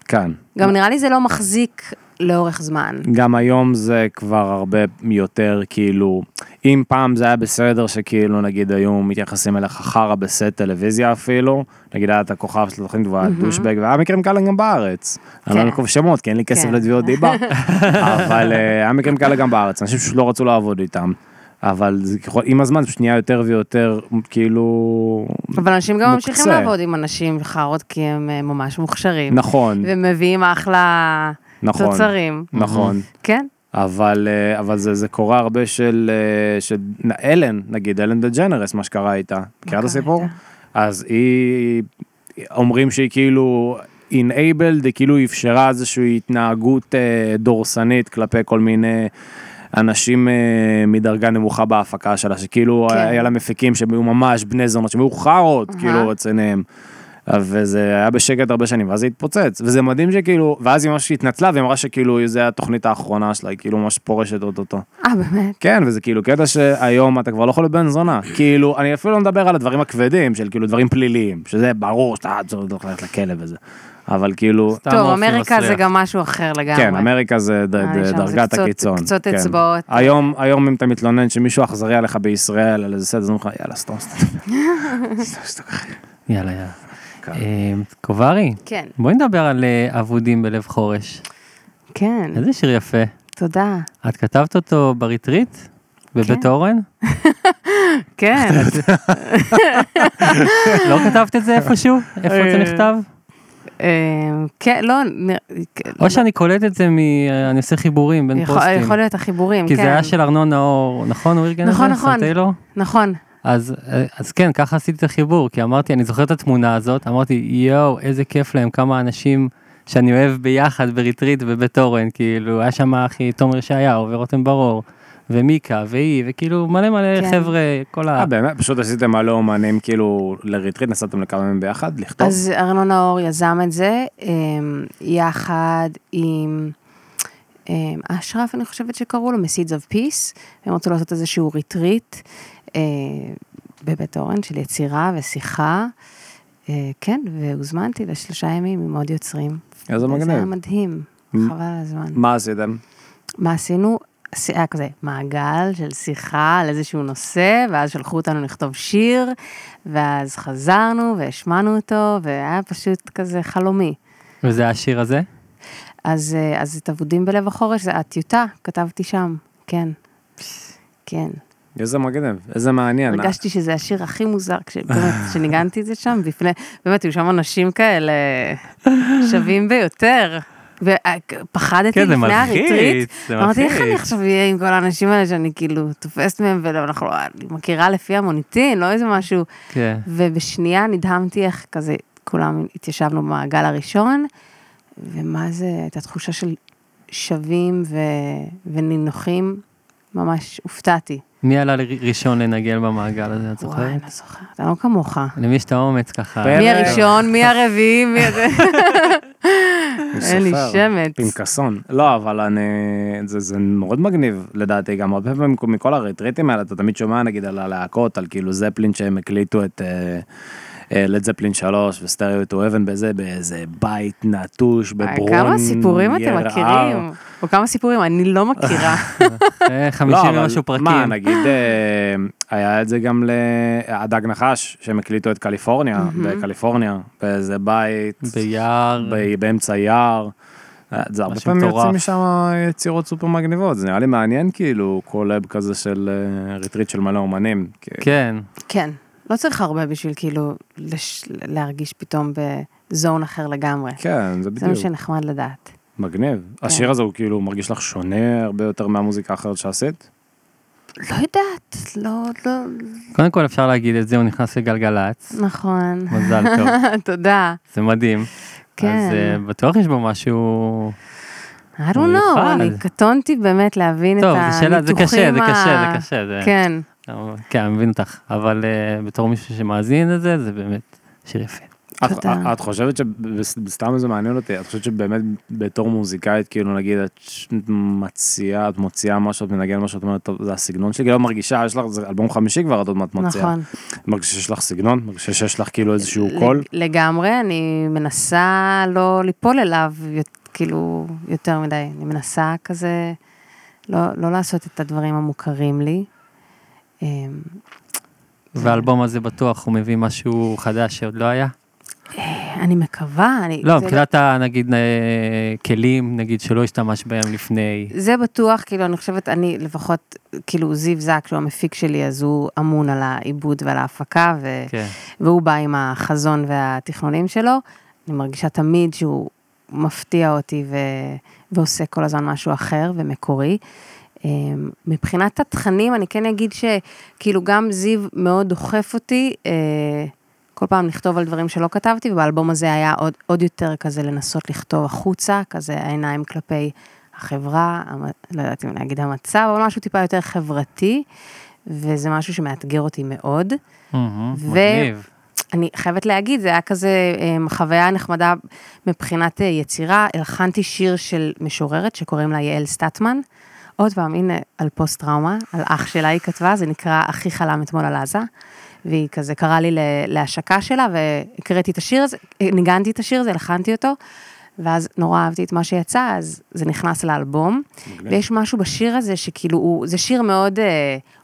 כן. גם נראה לי זה לא מחזיק לאורך זמן. גם היום זה כבר הרבה יותר כאילו, אם פעם זה היה בסדר שכאילו נגיד היו מתייחסים אליך חרא בסט טלוויזיה אפילו, נגיד היה את הכוכב של התוכנית והיה דושבג, והיה מקרים כאלה גם בארץ. אני לא כן. נקוב שמות כי אין לי כסף כן. לתביעות דיבה, אבל אה, היה מקרים כאלה גם בארץ, אנשים פשוט לא רצו לעבוד איתם. אבל זה ככל, עם הזמן זה פשוט נהיה יותר ויותר כאילו, אבל אנשים גם מוקצה. ממשיכים לעבוד עם אנשים חארות כי הם אה, ממש מוכשרים. נכון, ומביאים אחלה נכון. תוצרים. נכון. כן, אבל, אה, אבל זה, זה קורה הרבה של, אה, של נ- אלן, נגיד, אלן דה ג'נרס, מה שקרה איתה. מכירה את קרה הסיפור? איתה? אז היא, אומרים שהיא כאילו enabled, היא כאילו אפשרה איזושהי התנהגות אה, דורסנית כלפי כל מיני... אנשים אה, מדרגה נמוכה בהפקה שלה, שכאילו כן. היה לה מפיקים שהם היו ממש בני זונות, שהם היו חארות, אהה. כאילו, רציניים. וזה היה בשקט הרבה שנים, ואז זה התפוצץ. וזה מדהים שכאילו, ואז היא ממש התנצלה, והיא אמרה שכאילו, זו התוכנית האחרונה שלה, היא כאילו ממש פורשת אוטוטו. אה באמת, כן, וזה כאילו קטע שהיום אתה כבר לא יכול להיות בן זונה. כאילו, אני אפילו לא מדבר על הדברים הכבדים, של כאילו דברים פליליים, שזה ברור שאתה אתה צריך ללכת לכלא וזה. אבל כאילו, סתם טוב אופי אמריקה זה מסריח. גם משהו אחר לגמרי, כן, אמריקה זה ד- אה, ד- שם זה דרגת קצות- הקיצון. קצות כן. אצבעות. היום, היום אם אתה מתלונן שמישהו אכזרי עליך בישראל, על איזה סדר, אז אומרים לך, יאללה, סתום, סתום. יאללה, יאללה. כן. אה, קוברי, כן, בואי נדבר על אה, אבודים בלב חורש. כן, אה? איזה שיר יפה. תודה, את כתבת אותו בריטריט? בבית כן. אורן? כן, לא כתבת את זה איפשהו? איפה זה אה, נכתב? אה, כן, לא, נ- כן, או שאני קולט את זה מ... אה, אני עושה חיבורים בין יכול- אה, פוסטים. יכול להיות החיבורים, כי זה כן, היה של ארנון נאור, נכון? הוא ארגן את זה? נכון, נכון. סנטיילו? נכון, אז, אז כן, ככה עשיתי את החיבור, כי אמרתי, אני זוכר את התמונה הזאת, אמרתי, יואו, איזה כיף להם, כמה אנשים שאני אוהב ביחד בריטריט בבית אורן, כאילו, היה שם אחי תומר ישעיהו ורותם ברור, ומיקה, והיא, וכאילו, מלא מלא כן. חבר'ה, כל ה... אה, באמת, פשוט עשיתם מלא אומנים כאילו לריטריט, נסעתם לכמה ימים ביחד לכתוב. אז ארנון נאור יזם את זה, אמ, יחד עם אמ, אשרף, אני חושבת שקראו לו, מ-Seeds of Peace, הם רצו לעשות איזשהו ריטריט אה, בבית אורן של יצירה ושיחה. אה, כן, והוזמנתי לשלושה ימים עם עוד יוצרים. איזה זה היה מגניב. מדהים, מ- חבל על הזמן. מה עשיתם? מה עשינו? ש- היה כזה מעגל של שיחה על איזשהו נושא, ואז שלחו אותנו לכתוב שיר, ואז חזרנו והשמענו אותו, והיה פשוט כזה חלומי. וזה השיר הזה? אז, אה, אז את אבודים בלב החורש, זה הטיוטה, כתבתי שם, כן. כן. איזה מגניב, איזה כן, אה. מעניין. הרגשתי שזה השיר הכי מוזר, כש- באמת, כשניגנתי את זה שם, בפני, באמת, היו שם אנשים כאלה שווים ביותר. ופחדתי כן, זה לפני מלחיץ, הריטריט, זה אמרתי איך אני מלחיץ." עכשיו אהיה עם כל האנשים האלה שאני כאילו תופסת מהם, ואנחנו מכירה לפי המוניטין, לא איזה משהו, כן. ובשנייה נדהמתי איך כזה, כולם התיישבנו במעגל הראשון, ומה זה, הייתה תחושה של שווים ו... ונינוחים, ממש הופתעתי. מי עלה ל- ראשון לנגל במעגל הזה, את וואי, זוכרת? כן. אני לא זוכרת, אני לא כמוך. למי יש את האומץ ככה? פרק. מי הראשון, מי הרביעי, מי... הוא אין לי סופר, שמץ. פנקסון. לא, אבל אני... זה, זה מאוד מגניב, לדעתי, גם הרבה פעמים מכל הריטריטים האלה, אתה תמיד שומע, נגיד, על הלהקות, על כאילו זפלין שהם הקליטו את... אה, אה, לד זפלין 3 וסטריאו טו אבן בזה, באיזה בית נטוש בברון. אה, כמה סיפורים אתם ירער. מכירים? או כמה סיפורים אני לא מכירה. אה, לא, 50 אבל ומשהו פרקים. מה, נגיד, אה, היה את זה גם להדג נחש, שהם הקליטו את קליפורניה, בקליפורניה, באיזה בית, ביער. ב- באמצע יער. אה, זה הרבה משהו פעמים מטורף. יוצאים משם אה, יצירות סופר מגניבות, זה נראה לי מעניין כאילו קולב כזה של אה, ריטריט של מלא אומנים. כי- כן. כן, לא צריך הרבה בשביל כאילו לש- להרגיש פתאום בזון אחר לגמרי. כן, זה זה מה בדיוק, שנחמד לדעת. מגניב. השיר הזה הוא כאילו מרגיש לך שונה הרבה יותר מהמוזיקה האחרת שעשית? לא יודעת, לא, לא, קודם כל אפשר להגיד את זה, הוא נכנס לגלגלצ. נכון. מזל טוב, תודה. זה מדהים. כן. אז אה, בטוח יש בו משהו... I don't מיוחד. know, אני קטונתי באמת להבין את טוב, הניתוחים זו שאלה- זה קשה, זה קשה, ה- זה קשה, זה- כן. כן, אני מבין אותך, אבל אה, בתור מישהו שמאזין לזה, זה באמת שיר יפה. את- תודה. את חושבת שסתם זה מעניין אותי, את חושבת שבאמת בתור מוזיקאית כאילו נגיד את ש- מציעה, את מוציאה משהו, את מנגנת משהו, את אומרת "טוב, זה הסגנון שלי, כאילו את מרגישה, יש לך, זה אלבום חמישי כבר את עוד מעט מוציאה. נכון. מרגישה שיש לך סגנון? מרגישה שיש לך כאילו איזשהו קול? לג- לגמרי, אני מנסה לא ליפול אליו יות- כאילו יותר מדי, אני מנסה כזה לא, לא לעשות את הדברים המוכרים לי. אה, והאלבום הזה בטוח, הוא מביא משהו חדש שעוד לא היה? אני מקווה, אני... לא, זה- מבחינת ה... נגיד אה, כלים, נגיד, שלא השתמש בהם לפני. זה בטוח, כאילו, אני חושבת, אני לפחות, כאילו, זיו זק, שהוא המפיק שלי, אז הוא אמון על העיבוד ועל ההפקה, ו... כן. והוא בא עם החזון והתכנונים שלו. אני מרגישה תמיד שהוא מפתיע אותי ו... ועושה כל הזמן משהו אחר ומקורי. אמ, מבחינת התכנים, אני כן אגיד שכאילו גם זיו מאוד דוחף אותי אה, כל פעם לכתוב על דברים שלא כתבתי, ובאלבום הזה היה עוד, עוד יותר כזה לנסות לכתוב החוצה, כזה העיניים כלפי החברה, המ- לא יודעת אם להגיד המצב, אבל משהו טיפה יותר חברתי, וזה משהו שמאתגר אותי מאוד. מהמם, ו- מגניב. אני חייבת להגיד, זה היה כזה אמ, חוויה נחמדה מבחינת אה, יצירה. הלחנתי שיר של משוררת שקוראים לה יעל סטטמן. עוד פעם, הנה, על פוסט טראומה, על אח שלה היא כתבה, זה נקרא "אחי חלם אתמול על עזה". והיא כזה קראה לי ל- להשקה שלה, והקראתי את השיר הזה, אה, ניגנתי את השיר הזה, הלחנתי אותו, ואז נורא אהבתי את מה שיצא, אז זה נכנס לאלבום. ויש משהו בשיר הזה שכאילו הוא, זה שיר מאוד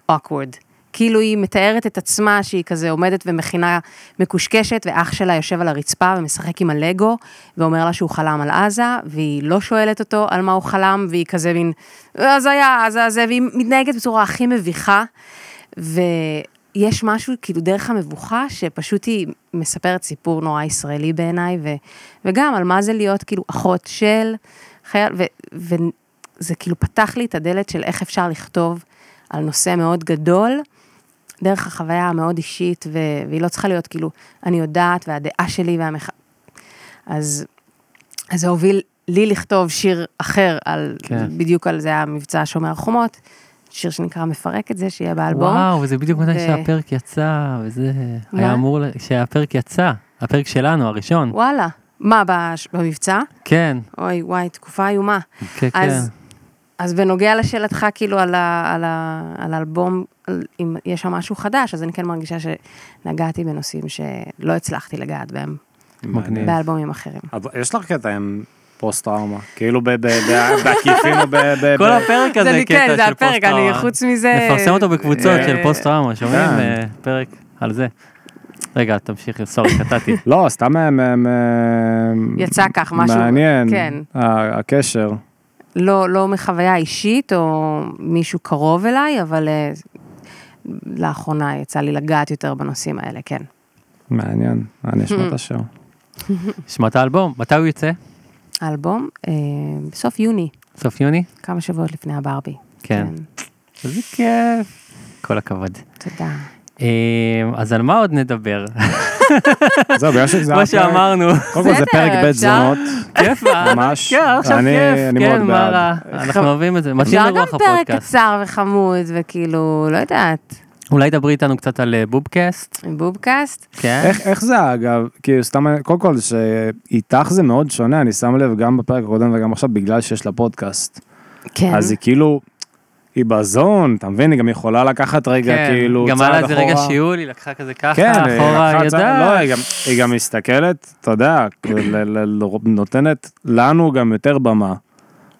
אוקוורד. כאילו היא מתארת את עצמה שהיא כזה עומדת ומכינה מקושקשת, ואח שלה יושב על הרצפה ומשחק עם הלגו, ואומר לה שהוא חלם על עזה, והיא לא שואלת אותו על מה הוא חלם, והיא כזה מין, "אה, אז היה, אז היה זה, והיא מתנהגת בצורה הכי מביכה. ויש משהו, כאילו, דרך המבוכה, שפשוט היא מספרת סיפור נורא ישראלי בעיניי, ו, וגם על מה זה להיות, כאילו, אחות של חייל, ו, וזה כאילו פתח לי את הדלת של איך אפשר לכתוב על נושא מאוד גדול, דרך החוויה המאוד אישית, ו, והיא לא צריכה להיות, כאילו, אני יודעת, והדעה שלי, והמח... אז, אז זה הוביל לי לכתוב שיר אחר על, כן. כן. בדיוק על זה היה מבצע שומר החומות. שיר שנקרא מפרק את זה, שיהיה באלבום. וואו, זה בדיוק מתי ו- שהפרק יצא, וזה... מה? היה אמור... ל- שהפרק יצא, הפרק שלנו, הראשון. וואלה. מה, בש- במבצע? כן, אוי, וואי, תקופה איומה. כן, כן. אז, אז בנוגע לשאלתך, כאילו, על, ה, על, ה, על האלבום, על, אם יש שם משהו חדש, אז אני כן מרגישה שנגעתי בנושאים שלא הצלחתי לגעת בהם מגניב. באלבומים אחרים. אבל יש לך קטע עם פוסט טראומה, כאילו ב- ב- ב- בעקיפין או ב... ב- כל ב- הפרק הזה לי- קטע כן, של זה הפרק, פוסט-טראומה. אני חוץ מזה... נפרסם אותו בקבוצות אה, של פוסט-טראומה, שומעים? כן. אה, פרק על זה. רגע, תמשיך, סורי, קטעתי. לא, סתם אה, מ- מ- יצא כך, משהו- מעניין, כן. ה- הקשר. לא, לא מחוויה אישית או מישהו קרוב אליי, אבל אה, לאחרונה יצא לי לגעת יותר בנושאים האלה, כן. מעניין, אני אשמע Hmm. את השיר. שמע את האלבום, מתי הוא יצא? האלבום, אה, בסוף יוני, סוף יוני? כמה שבועות לפני הברבי. כן. איזה כיף. כל הכבוד. תודה. אה, אז על מה עוד נדבר? זהו, בגלל שזה... כמו היה פרק- שאמרנו. קודם כל זה בסדר, פרק בית אפשר? זונות. כיף, אה? ממש. כן, עכשיו אני- כיף. אני כן, מאוד מה בעד. רע? אנחנו אוהבים את זה, מתאים אפשר גם לרוח פרק הפודקאסט. קצר וחמוד, וכאילו, לא יודעת, אולי דברי איתנו קצת על אה, בובקאסט. עם בובקאסט. כן. איך, איך זה אגב, כאילו סתם, קודם כל שאיתך זה מאוד שונה, אני שם לב גם בפרק הקודם וגם עכשיו, בגלל שיש לה פודקאסט. כן. אז היא כאילו, היא בזון, אתה מבין? היא גם יכולה לקחת רגע כן, כאילו צעד גם אחורה. עלה איזה רגע שיעול, היא לקחה כזה ככה, כן, היא אחורה, לקחה היא צעד- יודעת. לא, היא גם- היא גם מסתכלת, אתה יודע, כאילו, ל- ל- ל- נותנת לנו גם יותר במה.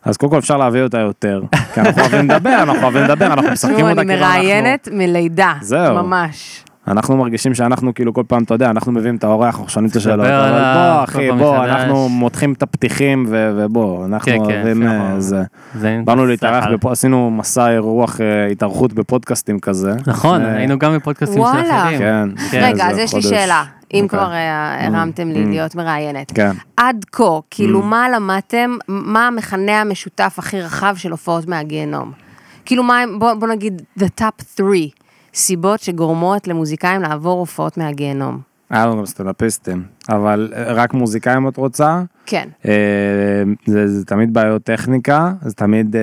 אז קודם כל אפשר להביא אותה יותר, כי אנחנו אוהבים לדבר, אנחנו אוהבים לדבר, אנחנו משחקים אותה תראו, כאילו אני אנחנו... מראיינת מלידה. זהו. ממש. אנחנו מרגישים שאנחנו כאילו כל פעם, אתה יודע, אנחנו מביאים את האורח, אנחנו שואלים את לדבר השאלות, על אבל ה- בוא, כל אחי, פעם בוא, מחדש. אנחנו מותחים את הפתיחים ו- ובוא, אנחנו כן, כן, אוהבים יפה, אה, נכון. זה. זה באנו בסדר. להתארח, בפו- עשינו מסע אירוח, אה, התארחות בפודקאסטים כזה. נכון, אה, היינו גם בפודקאסטים של וואלה. אחרים. כן. לפני אה, רגע, איזה אז יש לי חודש. שאלה, אם אוקיי. Mm. כבר אה, הרמתם לי להיות מראיינת. כן. Mm. עד כה, כאילו, מה למדתם, מה המכנה המשותף הכי רחב של הופעות מהגיהנום? כאילו, מה הם, בוא בוא נגיד, the top 3 סיבות שגורמות למוזיקאים לעבור הופעות מהגיהנום. היה לנו גם סטנדאפיסטים, אבל אה, רק מוזיקאים את רוצה. כן. אה, זה, זה תמיד בעיות טכניקה, זה תמיד אה,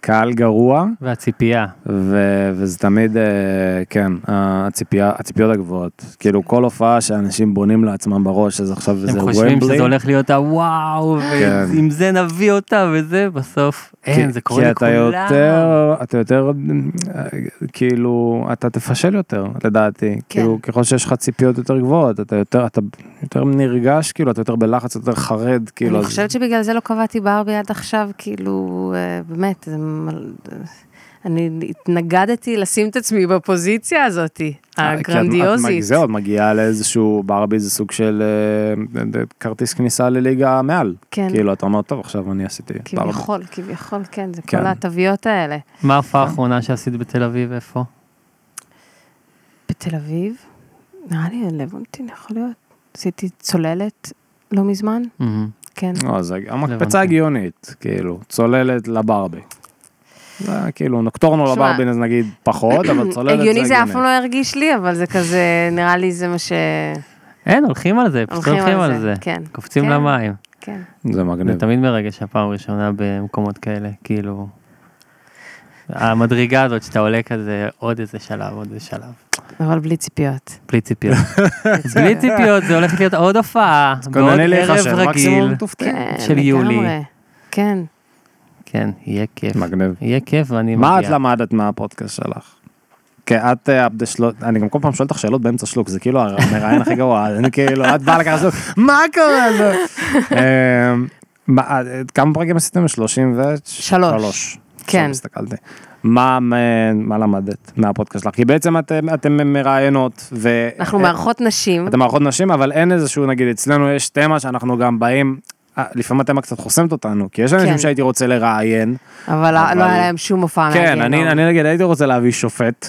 קהל גרוע, והציפייה. ו, וזה תמיד, אה, כן, הציפייה, הציפיות הגבוהות. כאילו כל הופעה שאנשים בונים לעצמם בראש, אז עכשיו הם זה חושבים ומבלי. שזה הולך להיות הוואו, ועם זה נביא אותה וזה, בסוף. אין, כי- זה קורה לכולם. כי אתה יותר, אתה יותר, אה, כאילו, אתה תפשל יותר, לדעתי. כן. כאילו, ככל שיש לך ציפיות יותר גבוהות, אתה יותר, אתה יותר נרגש, כאילו, אתה יותר בלחץ, אתה יותר חרד, עובד, כאילו, אני אז- חושבת שבגלל זה לא קבעתי ברבי עד עכשיו, כאילו, אה, באמת, זה מל- אני התנגדתי לשים את עצמי בפוזיציה הזאת, אה, כי את- את מג- הגרנדיוזית. זהו, את מגיעה לאיזשהו ברבי, זה סוג של אה, כרטיס כניסה לליגה מעל. כן. כאילו, אתה אומר, טוב, עכשיו אני עשיתי ברבי. כביכול, כביכול, כן, זה כן. כל התוויות האלה. מה ההופעה האחרונה שעשית בתל אביב, איפה? בתל אביב, נראה לי לבונטין יכול להיות. עשיתי צוללת לא מזמן, מהמם. כן. לא, זה הבנתי. המקפצה הגיונית, כאילו, צוללת לברבי. זה כאילו, נוקטורנו שמע, לברבי, אז נגיד פחות, אבל צוללת זה הגיוני. הגיוני זה אף פעם לא הרגיש לי, אבל זה כזה, נראה לי זה מה ש... אין, הולכים על זה, פשוט הולכים על זה. כן. קופצים כן, למים. כן. זה מגניב. זה תמיד מרגש הפעם הראשונה במקומות כאלה, כאילו... המדרגה הזאת שאתה עולה כזה עוד איזה שלב, עוד איזה שלב. אבל בלי ציפיות. בלי ציפיות. בלי ציפיות, זה הולך להיות עוד הופעה, בעוד כונני לי ערב חשב, רגיל. מקסימום תופתע. כן, של יולי. לגמרי. כן. כן, יהיה כיף. מגניב. יהיה כיף ואני מגיע. מה את למדת מהפודקאסט שלך? כי את אה, הבדשלות, אני גם כל פעם שואל אותך שאלות באמצע שלוק, זה כאילו המראיין הכי גרוע, אני כאילו, את באה לקחת שלוק, מה קורה לזה? אמ, מה, אה, כמה פרקים עשיתם? 33? שלוש. עכשיו כן. הסתכלתי. מה, מה- מה למדת מהפודקאסט שלך? כי בעצם אתם- אתם מראיינות, ו... אה, אנחנו מארחות נשים. אתם מערכות נשים, אבל אין איזשהו, נגיד, אצלנו יש תמה שאנחנו גם באים, אה, לפעמים התמה קצת חוסמת אותנו, כי יש אנשים כן. שהייתי רוצה לראיין. אבל לא- אבל- לא היה להם שום הופעה כן, מהגיהנום. אני אני נגיד הייתי רוצה להביא שופט.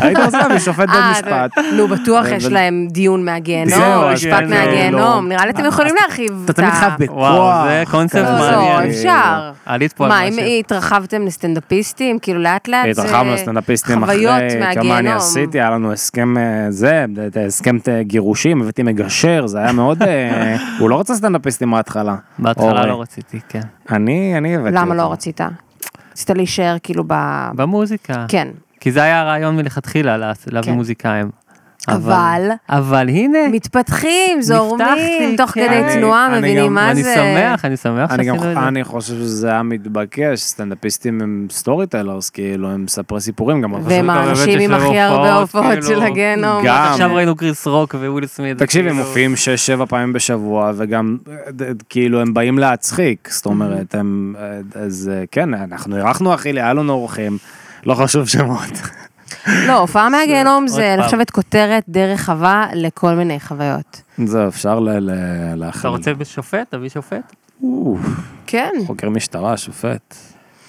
הייתי רוצה להביא שופט אה, במשפט. נו, בטוח ו- יש ו- להם דיון מהגיהנום, זהו, אז משפט כן, מהגיהנום, לא. נראה לי אתם יכולים להרחיב את אתה ה... תמיד חייב בכוח. וואו, זה קונספט לא, לא, מעניין. אפשר. עלית פה על מה, אם משהו. התרחבתם לסטנדאפיסטים, כאילו לאט לאט זה... אה, התרחבנו לסטנדאפיסטים אחרי חוויות כמה אני מהגיהנום. עשיתי, היה לנו הסכם אה, זה, את הסכם אה, גירושים, הבאתי מגשר, זה היה מאוד, אה, הוא לא רצה סטנדאפיסטים מההתחלה. בהתחלה אורי. לא רציתי, כן. אני, אני הבאתי למה לא אותו. רצית? רצית להישאר כאילו ב... במוזיקה. כן. כי זה היה הרעיון מלכתחילה, לה- להביא כן. מוזיקאים. אבל- אבל הנה, מתפתחים, זורמים, נפתחתי, תוך אה. כן. כדי אני- תנועה, אני מבינים גם- מה אני זה. שמח, אני שמח אני גם, שעשינו את זה. אני חושב שזה היה מתבקש, סטנדאפיסטים הם סטורי טיילרס, כאילו, הם מספרי סיפורים, גם אחרי והם שאתה עובד האנשים יש עם להם הכי הרבה הופעות כאילו, של הגיהנום. גם. עכשיו ראינו קריס רוק וויל סמית. תקשיב, הם כאילו- מופיעים 6-7 פעמים בשבוע, וגם אה, ד- כאילו הם באים להצחיק, Mm-hmm. זאת אומרת, הם, אה, אז אה, כן, אנחנו אירחנו אחי, היה לנו אורחים, לא חשוב שמות. לא, הופעה מהגיהנום עוד זה, אני פעם. חושבת, כותרת די רחבה לכל מיני חוויות. זהו, אפשר ל- ל- להכיל. אתה רוצה בשופט? תביא שופט? או, כן. חוקר משטרה, שופט.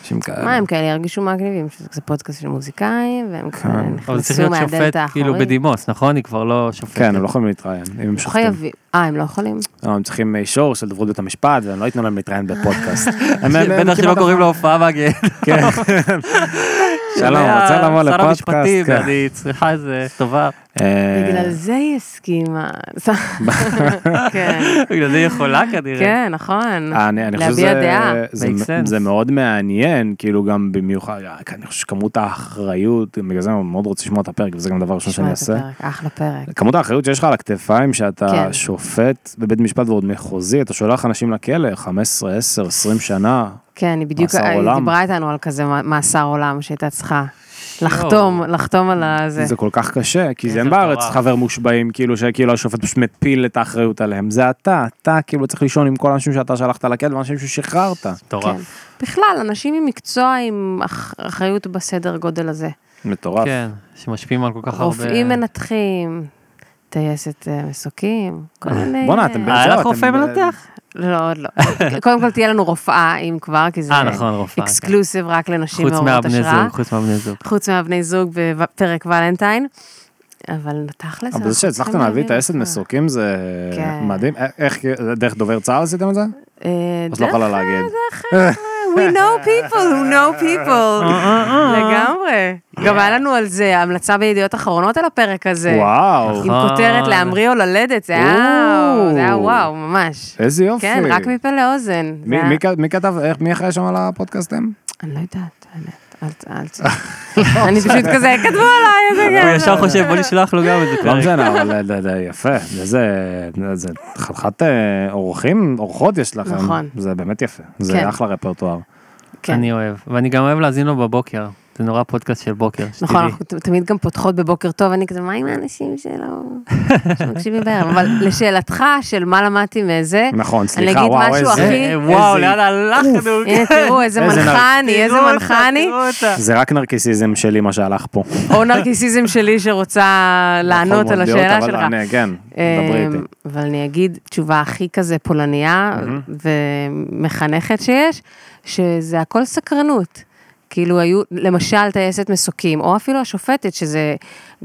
אנשים כאלה. מה, הם כאלה ירגישו מגניבים, שזה כזה פודקאסט של מוזיקאים, והם כן. כאלה אבל צריך נכנסו להיות מהדלת שופט כאילו האחורית. בדימוס, נכון? היא כבר לא שופטת. כן, הם לא יכולים להתראיין, אם הם שופטים. חייבים. אה, הם לא יכולים? לא, הם צריכים אישור של דוברות בית המשפט, והם לא ייתנו להם להתראיין בפודקאסט. הם- הם- הם בטח שלא כמעט- קוראים להופעה מהגאה. כן. שלום, רוצה לבוא שר לפודקאסט? המשפטים, כן. אני צריכה איזה טובה. אה, בגלל זה היא הסכימה. כן, בגלל זה היא יכולה כנראה. כן, נכון. אה, אני, אני חושב להביע דעה. שזה זה, Makes זה, sense. זה מאוד מעניין, כאילו גם במיוחד, אני חושב שכמות האחריות, בגלל זה אני מאוד רוצה לשמוע את הפרק, וזה גם דבר ראשון תשמע שאני את אעשה. הפרק, אחלה פרק. כמות האחריות שיש לך על הכתפיים, שאתה כן. שופט בבית משפט ועוד מחוזי, אתה שולח אנשים לכלא, 15, 10, 20 שנה. כן, היא בדיוק, מאסר היא עולם. דיברה איתנו על כזה מ- מאסר עולם שהייתה צריכה לא. לחתום, לחתום על הזה. זה כל כך קשה, כי כן, זה אין איזה בארץ מטורף. חבר מושבעים, כאילו שכאילו השופט פשוט מפיל את האחריות עליהם. זה אתה, אתה כאילו צריך לישון עם כל האנשים שאתה שלחת לכלא ואנשים ששחררת. כן. מטורף. בכלל, אנשים עם מקצוע עם אח- אחריות בסדר גודל הזה. מטורף. כן, שמשפיעים על כל כך הרבה. רופאים מנתחים, טייסת אה, מסוקים, כל מיני... בואנה, אתם אה, זהו, היה לך אתם- אה, רופא מנתח? לא, עוד לא. קודם כל תהיה לנו רופאה, אם כבר, כי זה אה, נכון, כן. רופאה, אקסקלוסיב רק לנשים חוץ מעוררות מהבני השראה. זוג, חוץ מהבני זוג. חוץ מהבני זוג בפרק ולנטיין. אבל תכל'ס, אבל זה שהצלחתם להביא טייסת מסוקים זה כן. מדהים. א- איך, דרך דובר צה"ל עשיתם את זה? אז לא יכולה להגיד. אה, We know people who know אה, people. לגמרי. גם היה לנו על זה המלצה בידיעות אחרונות על הפרק הזה. וואו, עם כותרת להמריא או ללדת, זה היה או. זה היה וואו, ממש. איזה יופי. כן, רק מפה לאוזן. זה מי- היה- מי כ- מי כתב, איך- מי אחראי שם על הפודקאסטים? אני לא יודעת, האמת, אל ת... אל ת... אני פשוט כזה, כתבו עליי, איזה הוא ישר חושב, בוא נשלח לו גם איזה לא פרק. משנה, אבל זה- זה יפה. איזה איזה חתיכת אה, אורחים, אורחות יש לכם. נכון. זה באמת יפה. כן. זה אחלה רפרטואר. כן. אני אוהב, ואני גם אוהב להאזין לו בבוקר. זה נורא פודקאסט של בוקר, נכון, שתדעי. כאילו, אנחנו ת- תמיד גם פותחות בבוקר טוב, אני כזה, מה עם האנשים שלא... שמקשיבים בערב? אבל לשאלתך של מה למדתי מזה, נכון, סליחה, כן. אני אגיד וואו, משהו איזה- הכי... אה, וואו, איזה- לאן הלכנו? הנה, תראו איזה כן. איזה נר- מנחני, איזה תראו אותה, מנחני, תראו לא אותה. זה רק נרקיסיזם שלי מה שהלך פה. או נרקיסיזם שלי שרוצה לענות נכון, על מאוד השאלה להיות, אבל שלך. אני- כן, דברי איתי. אמ, אבל אני אגיד תשובה הכי כזה פולניה ומחנכת שיש, שזה הכל סקרנות. כאילו היו, למשל טייסת מסוקים, או אפילו השופטת, שזה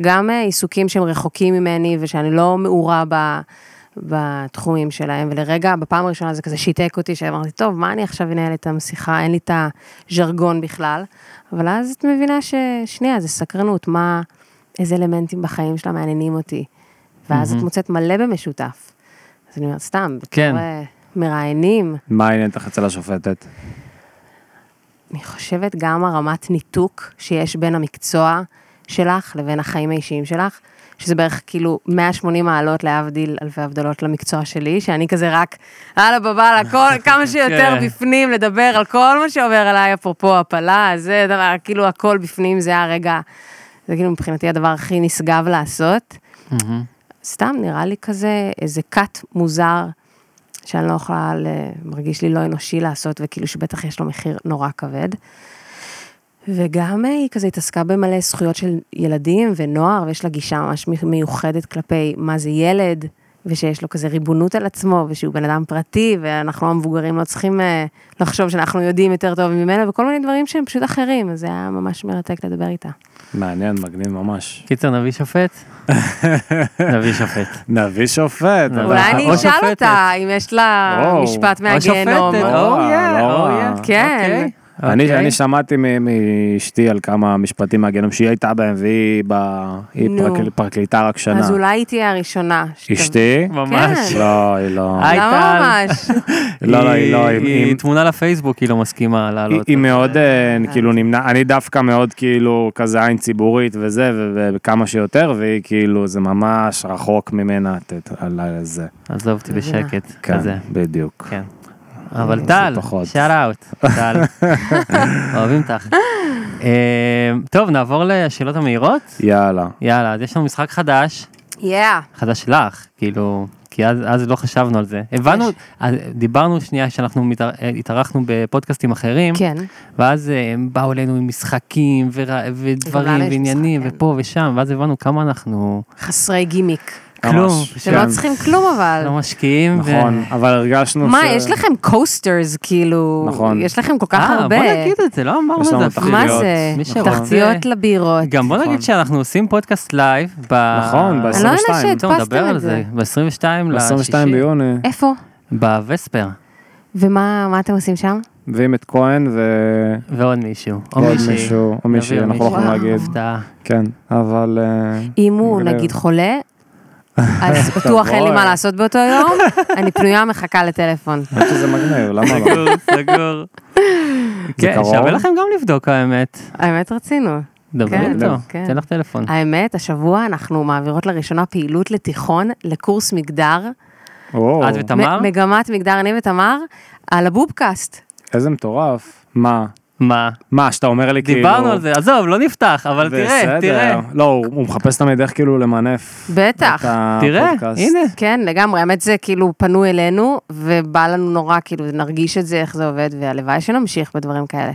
גם אה, עיסוקים שהם רחוקים ממני ושאני לא מעורה ב... בתחומים שלהם, ולרגע, בפעם הראשונה זה כזה שיתק אותי, שאמרתי, טוב, מה אני עכשיו אנהל איתם שיחה, אין לי את הז'רגון בכלל, אבל אז את מבינה ששנייה, זה סקרנות, מה, איזה אלמנטים בחיים שלה מעניינים אותי, ואז את מוצאת מלא במשותף. אז אני אומרת, סתם, בתור כן. אה, מראיינים, מה העניין אותך אצל השופטת? אני חושבת גם הרמת ניתוק שיש בין המקצוע שלך לבין החיים האישיים שלך, שזה בערך כאילו 180 מעלות להבדיל אלפי הבדלות למקצוע שלי, שאני כזה רק, הלאה בבאללה, כל- כמה שיותר כן. בפנים לדבר על כל מה שעובר עליי, אפרופו הפלה, זה דבר, כאילו הכל בפנים, זה הרגע, זה כאילו מבחינתי הדבר הכי נשגב לעשות. סתם נראה לי כזה איזה כת מוזר, שאני לא יכולה, ל- מרגיש לי לא אנושי לעשות, וכאילו שבטח יש לו מחיר נורא כבד. וגם אה, היא כזה התעסקה במלא זכויות של ילדים ונוער, ויש לה גישה ממש מי- מיוחדת כלפי מה זה ילד, ושיש לו כזה ריבונות על עצמו, ושהוא בן אדם פרטי, ואנחנו המבוגרים לא צריכים אה, לחשוב שאנחנו יודעים יותר טוב ממנו, וכל מיני דברים שהם פשוט אחרים, אז זה היה ממש מרתק לדבר איתה. מעניין, מגניב ממש. קיצר, נביא שופט? נביא שופט. נביא שופט. אבל- אולי אני לא, או אשאל שופטת. אותה אם יש לה וואו. משפט או או מהגיהנום. שופטת, לא או רע, יא, לא או רע. יא. כן. אוקיי. אני, אוקיי. אני שמעתי מ- מאשתי על כמה משפטים מהגנום שהיא הייתה בהם והיא ב... היא נו. פרקל, פרקליטה רק שנה. אז אולי היא תהיה הראשונה. שת- אשתי? ממש. לא, היא לא. אה, היי, טל. למה ממש? לא, לא, היא לא. היא- היא היא- תמונה לפייסבוק, היא לא מסכימה היא- לעלות. היא מאוד אה, כאילו נמנע, אני דווקא מאוד כאילו כזה עין ציבורית וזה ו- וכמה שיותר והיא כאילו זה ממש רחוק ממנה ת- על על זה. עזוב אותי בשקט. כזה. כן, בדיוק. כן. אבל טל, פחות. שאט אאוט, טל, אוהבים אותך. אה, טוב, נעבור לשאלות המהירות? יאללה. יאללה, אז יש לנו משחק חדש, יאה. חדש לך, כאילו, כי אז, אז לא חשבנו על זה. הבנו, יש. אז דיברנו שנייה שאנחנו מתאר- אה, התארחנו בפודקאסטים אחרים, כן. ואז אה, הם באו אלינו עם משחקים ור... לנו ודברים יש ועניינים משחק, כן. ופה ושם, ואז הבנו כמה אנחנו חסרי גימיק. כלום, אתם לא צריכים כלום אבל. כן. לא משקיעים. ו- כן, נכון, אבל הרגשנו מה, יש לכם קוסטרס, כאילו, נכון. יש לכם כל כך אה, הרבה. בוא נגיד את זה, לא אמרנו יש את לנו זה אפילו. מה תחתיות. זה? מי שרוצה. תחתיות לבירות. גם בוא נגיד נכון. שאנחנו עושים פודקאסט לייב. ב... נכון, ב- אני לא יודעת 22. טוב, שהדפסתם נדבר על את זה. זה. ב-22 ב-22 ביוני, איפה? בווספר. ומה מה אתם עושים שם? ועם את כהן ו... ועוד מישהו. או ועוד מישהי. מישהו, או מישהי, נביא אנחנו לא מישהו. יכולים וואו. להגיד, הפתעה. כן, אבל... אה, אם הוא נגלה. נגיד חולה, אז בטוח אין לי מה לעשות באותו יום, אני פנויה מחכה לטלפון. האמת שזה מגניב, למה לא? סגור, סגור. זה כן, קרוב? שווה לכם גם לבדוק האמת. האמת רצינו. דברי כן, איתו, כן. תן לך טלפון. האמת, השבוע אנחנו מעבירות לראשונה פעילות לתיכון, לקורס מגדר. וואו, את ותמר? אה, מ- מגמת מגדר, אני ותמר, על הבובקאסט. איזה מטורף. מה? מה? מה, שאתה אומר לי כאילו... דיברנו על זה, עזוב, לא נפתח, אבל תראה, בסדר. תראה. לא, הוא הוא מחפש תמיד איך כאילו למנף בטח. את הפודקאסט. תראה, הנה. כן, לגמרי, האמת זה כאילו פנו אלינו, ובא לנו נורא, כאילו, נרגיש את זה, איך זה עובד, והלוואי שנמשיך בדברים כאלה.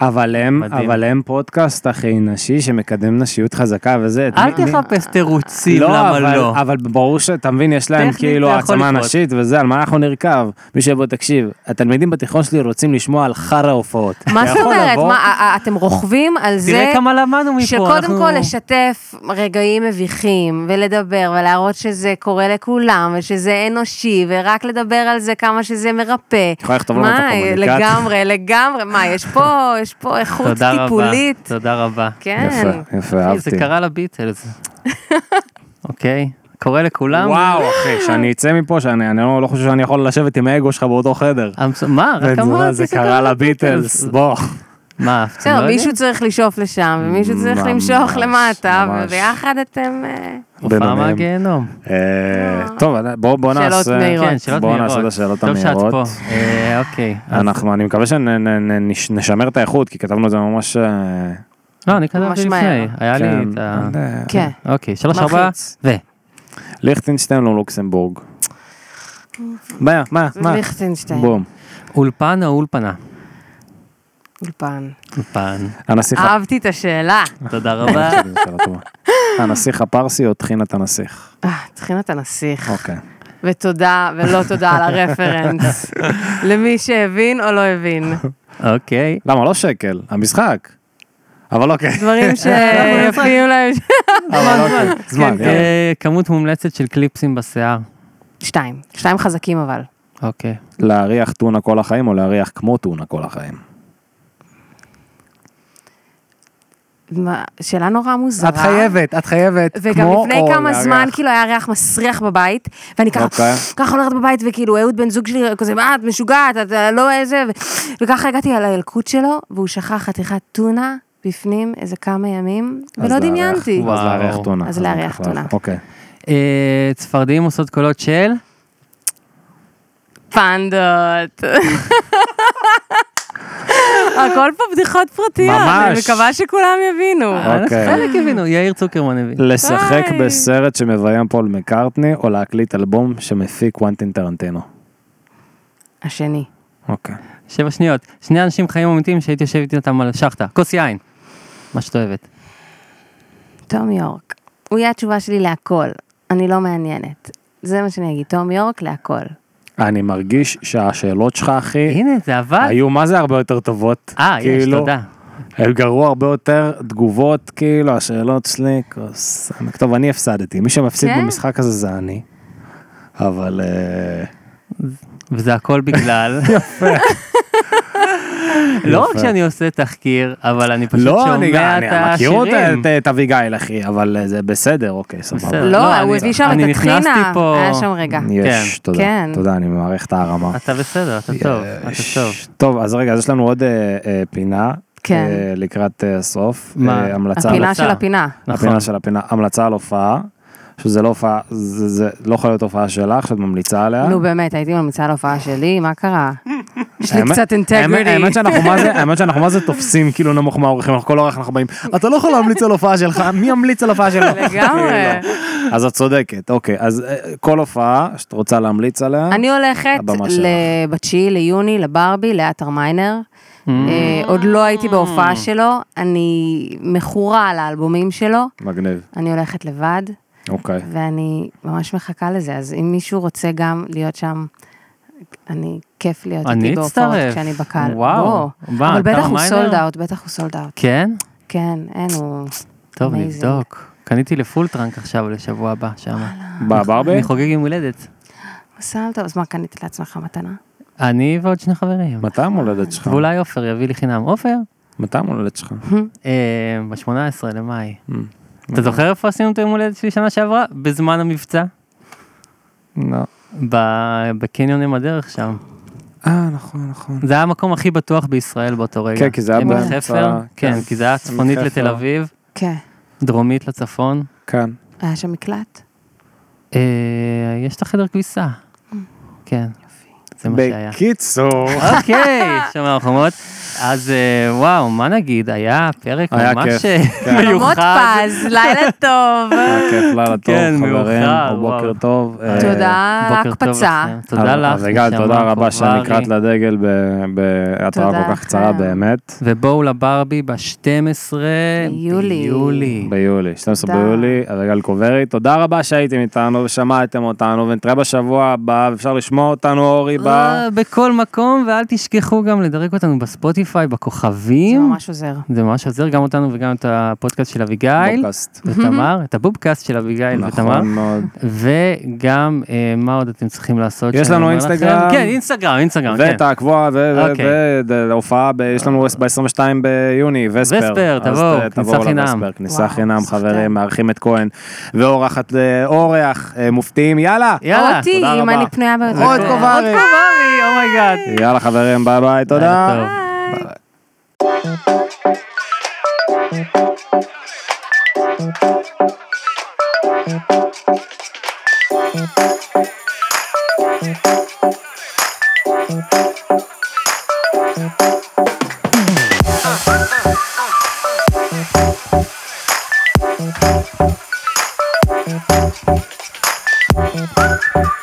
אבל הם, מדהים. אבל הם פודקאסט אחי נשי שמקדם נשיות חזקה וזה. אל מי- מי- תחפש תירוצים למה אבל, לא. אבל ברור שאתה מבין, יש להם טכנית כאילו זה יכול העצמה לקרות. נשית וזה, על מה אנחנו נרכב. מישהו יבוא, תקשיב, התלמידים בתיכון שלי רוצים לשמוע על חרא הופעות. מה זאת יכול אומרת? לבוא- מה, א- א- אתם רוכבים על זה? תראה כמה למדנו מפה. שקודם אנחנו- כל לשתף רגעים מביכים, ולדבר, ולהראות שזה קורה לכולם, ושזה אנושי, ורק לדבר על זה כמה שזה מרפא. יכולה לכתוב לנו את מה, הקומוניקט. לגמרי, לגמרי, מה, יש פה, יש פה איכות תודה רבה, טיפולית. תודה רבה. כן. יפה, יפה, אחי, אהבתי. זה קרה לביטלס. אוקיי, קורה לכולם. וואו, אחי, שאני אצא מפה, שאני אני לא- לא חושב שאני יכול לשבת עם האגו שלך באותו חדר. I'm so- מה, רק אתה יודע, אמרתי זה קרה לביטלס, בוא. מה, אתם לא בסדר, יודעים? מישהו צריך לשאוף לשם, ומישהו צריך ממש, למשוך למטה, ממש. וביחד אתם... אה, הופעה בינוניים. מהגיהנום. אה, טוב, בואו שאלות נעשה... מהירות. כן, שאלות בואו מהירות. נעשה את השאלות טוב שאת המהירות. פה. אה, אוקיי. אז אנחנו, אני מקווה שנשמר את האיכות, כי כתבנו את זה ממש אה, לא, אני כתבתי ממש לפני, מהר. היה לי כן, את ה... אה, כן. אוקיי, שלוש ארבע, מלחיץ. ו... ליכטנשטיין או לוקסמבורג. מה, מה, זה מה? ליכטנשטיין. בום. אולפן או אולפנה? אולפן. אולפן. הנסיך ה- אהבתי את השאלה. תודה רבה. שאלה טובה. הנסיך הפרסי או טחינת הנסיך? אה, טחינת הנסיך. אוקיי. ותודה ולא תודה על הרפרנס. למי שהבין או לא הבין. אוקיי. למה? לא שקל, המשחק. אבל אוקיי. דברים שיפים להם. אבל אוקיי. זמן, כן, יאללה. אה, כמות מומלצת של קליפסים בשיער. שתיים. שתיים חזקים אבל. אוקיי. להריח טונה כל החיים או להריח כמו טונה כל החיים? מה, שאלה נורא מוזרה. את חייבת, את חייבת. וגם כמו לפני או כמה להריח. זמן, כאילו, היה ריח מסריח בבית, ואני ככה, אוקיי. ככה הולכת בבית, וכאילו, אהוד בן זוג שלי, כזה, מה, את משוגעת, את אה, לא איזה, ו- וככה הגעתי על הילקוט שלו, והוא שכח חתיכת טונה בפנים איזה כמה ימים, אז ולא להריח- דמיינתי. וואו. אז להריח טונה. אז להריח צריך טונה. אוקיי. אה, צפרדעים עושות קולות של? פנדות. הכל פה בדיחות פרטיות, אני ממש. מקווה שכולם יבינו. אוקיי. חלק הבינו, יאיר צוקרמן הבין. לשחק אה, ביי. בסרט שמביים פול מקארטני או להקליט אלבום שמפיק קוונטין טרנטינו. השני. אוקיי. שבע שניות. שני אנשים חיים אמיתיים שהייתי יושבת איתם על שחטה. כוס יין. מה שאת אוהבת. תום יורק. הוא יהיה התשובה שלי להכל. אני לא מעניינת. זה מה שאני אגיד, תום יורק להכל. אני מרגיש שהשאלות שלך, אחי, הנה, זה עבד. אה, היו מה זה הרבה יותר טובות. אה, יש, כאילו, תודה. הם גרו הרבה יותר תגובות, כאילו, השאלות שלי, כוס. טוב, אני הפסדתי. מי שמפסיד כן? במשחק הזה זה אני. אבל... אה, וזה הכל בגלל... לא רק שאני עושה תחקיר, אבל אני פשוט לא, אני גם, שומע אני את מכיר אותה, השירים. את- את אביגיל, אחי, אבל אה, זה בסדר, אוקיי, סבבה. בסדר. לא, הוא אני- הביא שם אני את נכנסתי הטחינה. פה- היה שם רגע. יש, תודה. כן. תודה, אני מעריך את ההרמה. אתה בסדר, אתה טוב, אתה טוב. יש. טוב, אז רגע, אז יש לנו עוד אה, אה, פינה. כן. אה, לקראת אה, הסוף. מה? אה, המלצה על- הפינה המלצה. של הפינה. נכון. הפינה של הפינה. המלצה על הופעה. שזה לא הופעה, זה זה לא יכול להיות הופעה שלך, שאת ממליצה עליה. נו באמת, הייתי ממליצה על ההופעה שלי, מה קרה? לא, יש לי האמת- האמת- קצת אינטגריטי. האמת שאנחנו מה זה- האמת שאנחנו מה זה תופסים כאילו נמוך מהאורחים, אנחנו כל אורח אנחנו באים, אתה לא יכול להמליץ על הופעה שלך, מי ימליץ על הופעה שלך? כאילו, לגמרי. אז את צודקת, אוקיי, אז אה, כל הופעה שאת רוצה להמליץ עליה, אני הולכת אה, הבמה שלך. ל- בתשיעי ליוני לברבי, לאתר מיינר. Mm. אה, עוד לא הייתי בהופעה שלו, אני מכורה לאלבומים שלו, מגניב, אני הולכת לבד, אוקיי. ואני ממש מחכה לזה, אז אם מישהו רוצה גם להיות שם, אני, כיף להיות אני איתי בהופעות אצטרף. כשאני בקהל. וואו. בוא. מה, אבל בטח אתר הוא מיינר? סולד אאוט, בטח הוא סולד אאוט. כן? כן, אין, הוא... טוב, amazing. נבדוק. קניתי לפול טראנק עכשיו לשבוע הבא שם. בברבי? אני חוגג יום הולדת. מזל טוב, אז מה קנית לעצמך מתנה? אני ועוד שני חברים. מתי יום הולדת שלך? ואולי עופר יביא לי חינם. עופר? מתי יום הולדת שלך? Mm. ב-18 למאי. אתה זוכר איפה עשינו את היום הולדת שלי שנה שעברה? בזמן המבצע. לא. ב- בקניון עם הדרך שם. אה, נכון, נכון. זה היה המקום הכי בטוח בישראל באותו רגע. כן, כי זה היה עמק באמצע, חפר, כן. כן, כי זה היה צפונית חפר. לתל אביב, כן. דרומית לצפון. כאן. היה שם מקלט? אה, יש את החדר כביסה. כן. זה מה שהיה. בקיצור, אוקיי, שומר החומות. אז אה, וואו, מה נגיד, היה פרק היה ממש כיף, אה, כן. חלומות מיוחד. אוקיי. פז, לילה טוב. היה כיף, לילה טוב, כן, חברים, מאוחר, או בוקר וואו. טוב. אה, תודה על בוקר טוב ההקפצה. לכם. תודה אז- לך, אז רגע, נשמה תודה רבה חוברי. שנקראת לדגל ב- בהתראה תודה כן. כל כך קצרה לכם. באמת. ובואו לברבי ב-12 ביולי. ביולי. ביולי, 12 תודה. ביולי, הרגע אלקוברי. תודה רבה שהייתם איתנו ושמעתם אותנו, ונתראה בשבוע הבא, אפשר לשמוע אותנו אורי ב... אה, בכל מקום, ואל תשכחו גם לדרג אותנו בספוטיפיי, זה בכוכבים. ממש עוזר. זה ממש עוזר גם אותנו וגם את הפודקאסט של אביגיל. פודקאסט. ותמר, את הבובקאסט של אביגיל ותמר, נכון מאוד. וגם אה, מה עוד אתם צריכים לעשות? יש שאני לנו אומר אינסטגרם. לכם? כן, אינסטגרם, אינסטגרם, כן. ותעקבו, אוקיי. והופעה, יש לנו ב-22 ביוני, וספר. וספר, אז תבואו, ת- כניסה תבואו חינם. לווספר, כניסה וואו, חינם, סחטן. חברים, מארחים את כהן, ואורחת, אה, אורח, אה, מופתיים, יאללה! יאללה, אותי, תודה אם רבה. אני פנויה ביותר. עוד קוברי! קוברי, oh אומייגאד. יאללה חברים, ביי ביי, תודה. טוב. Thank you.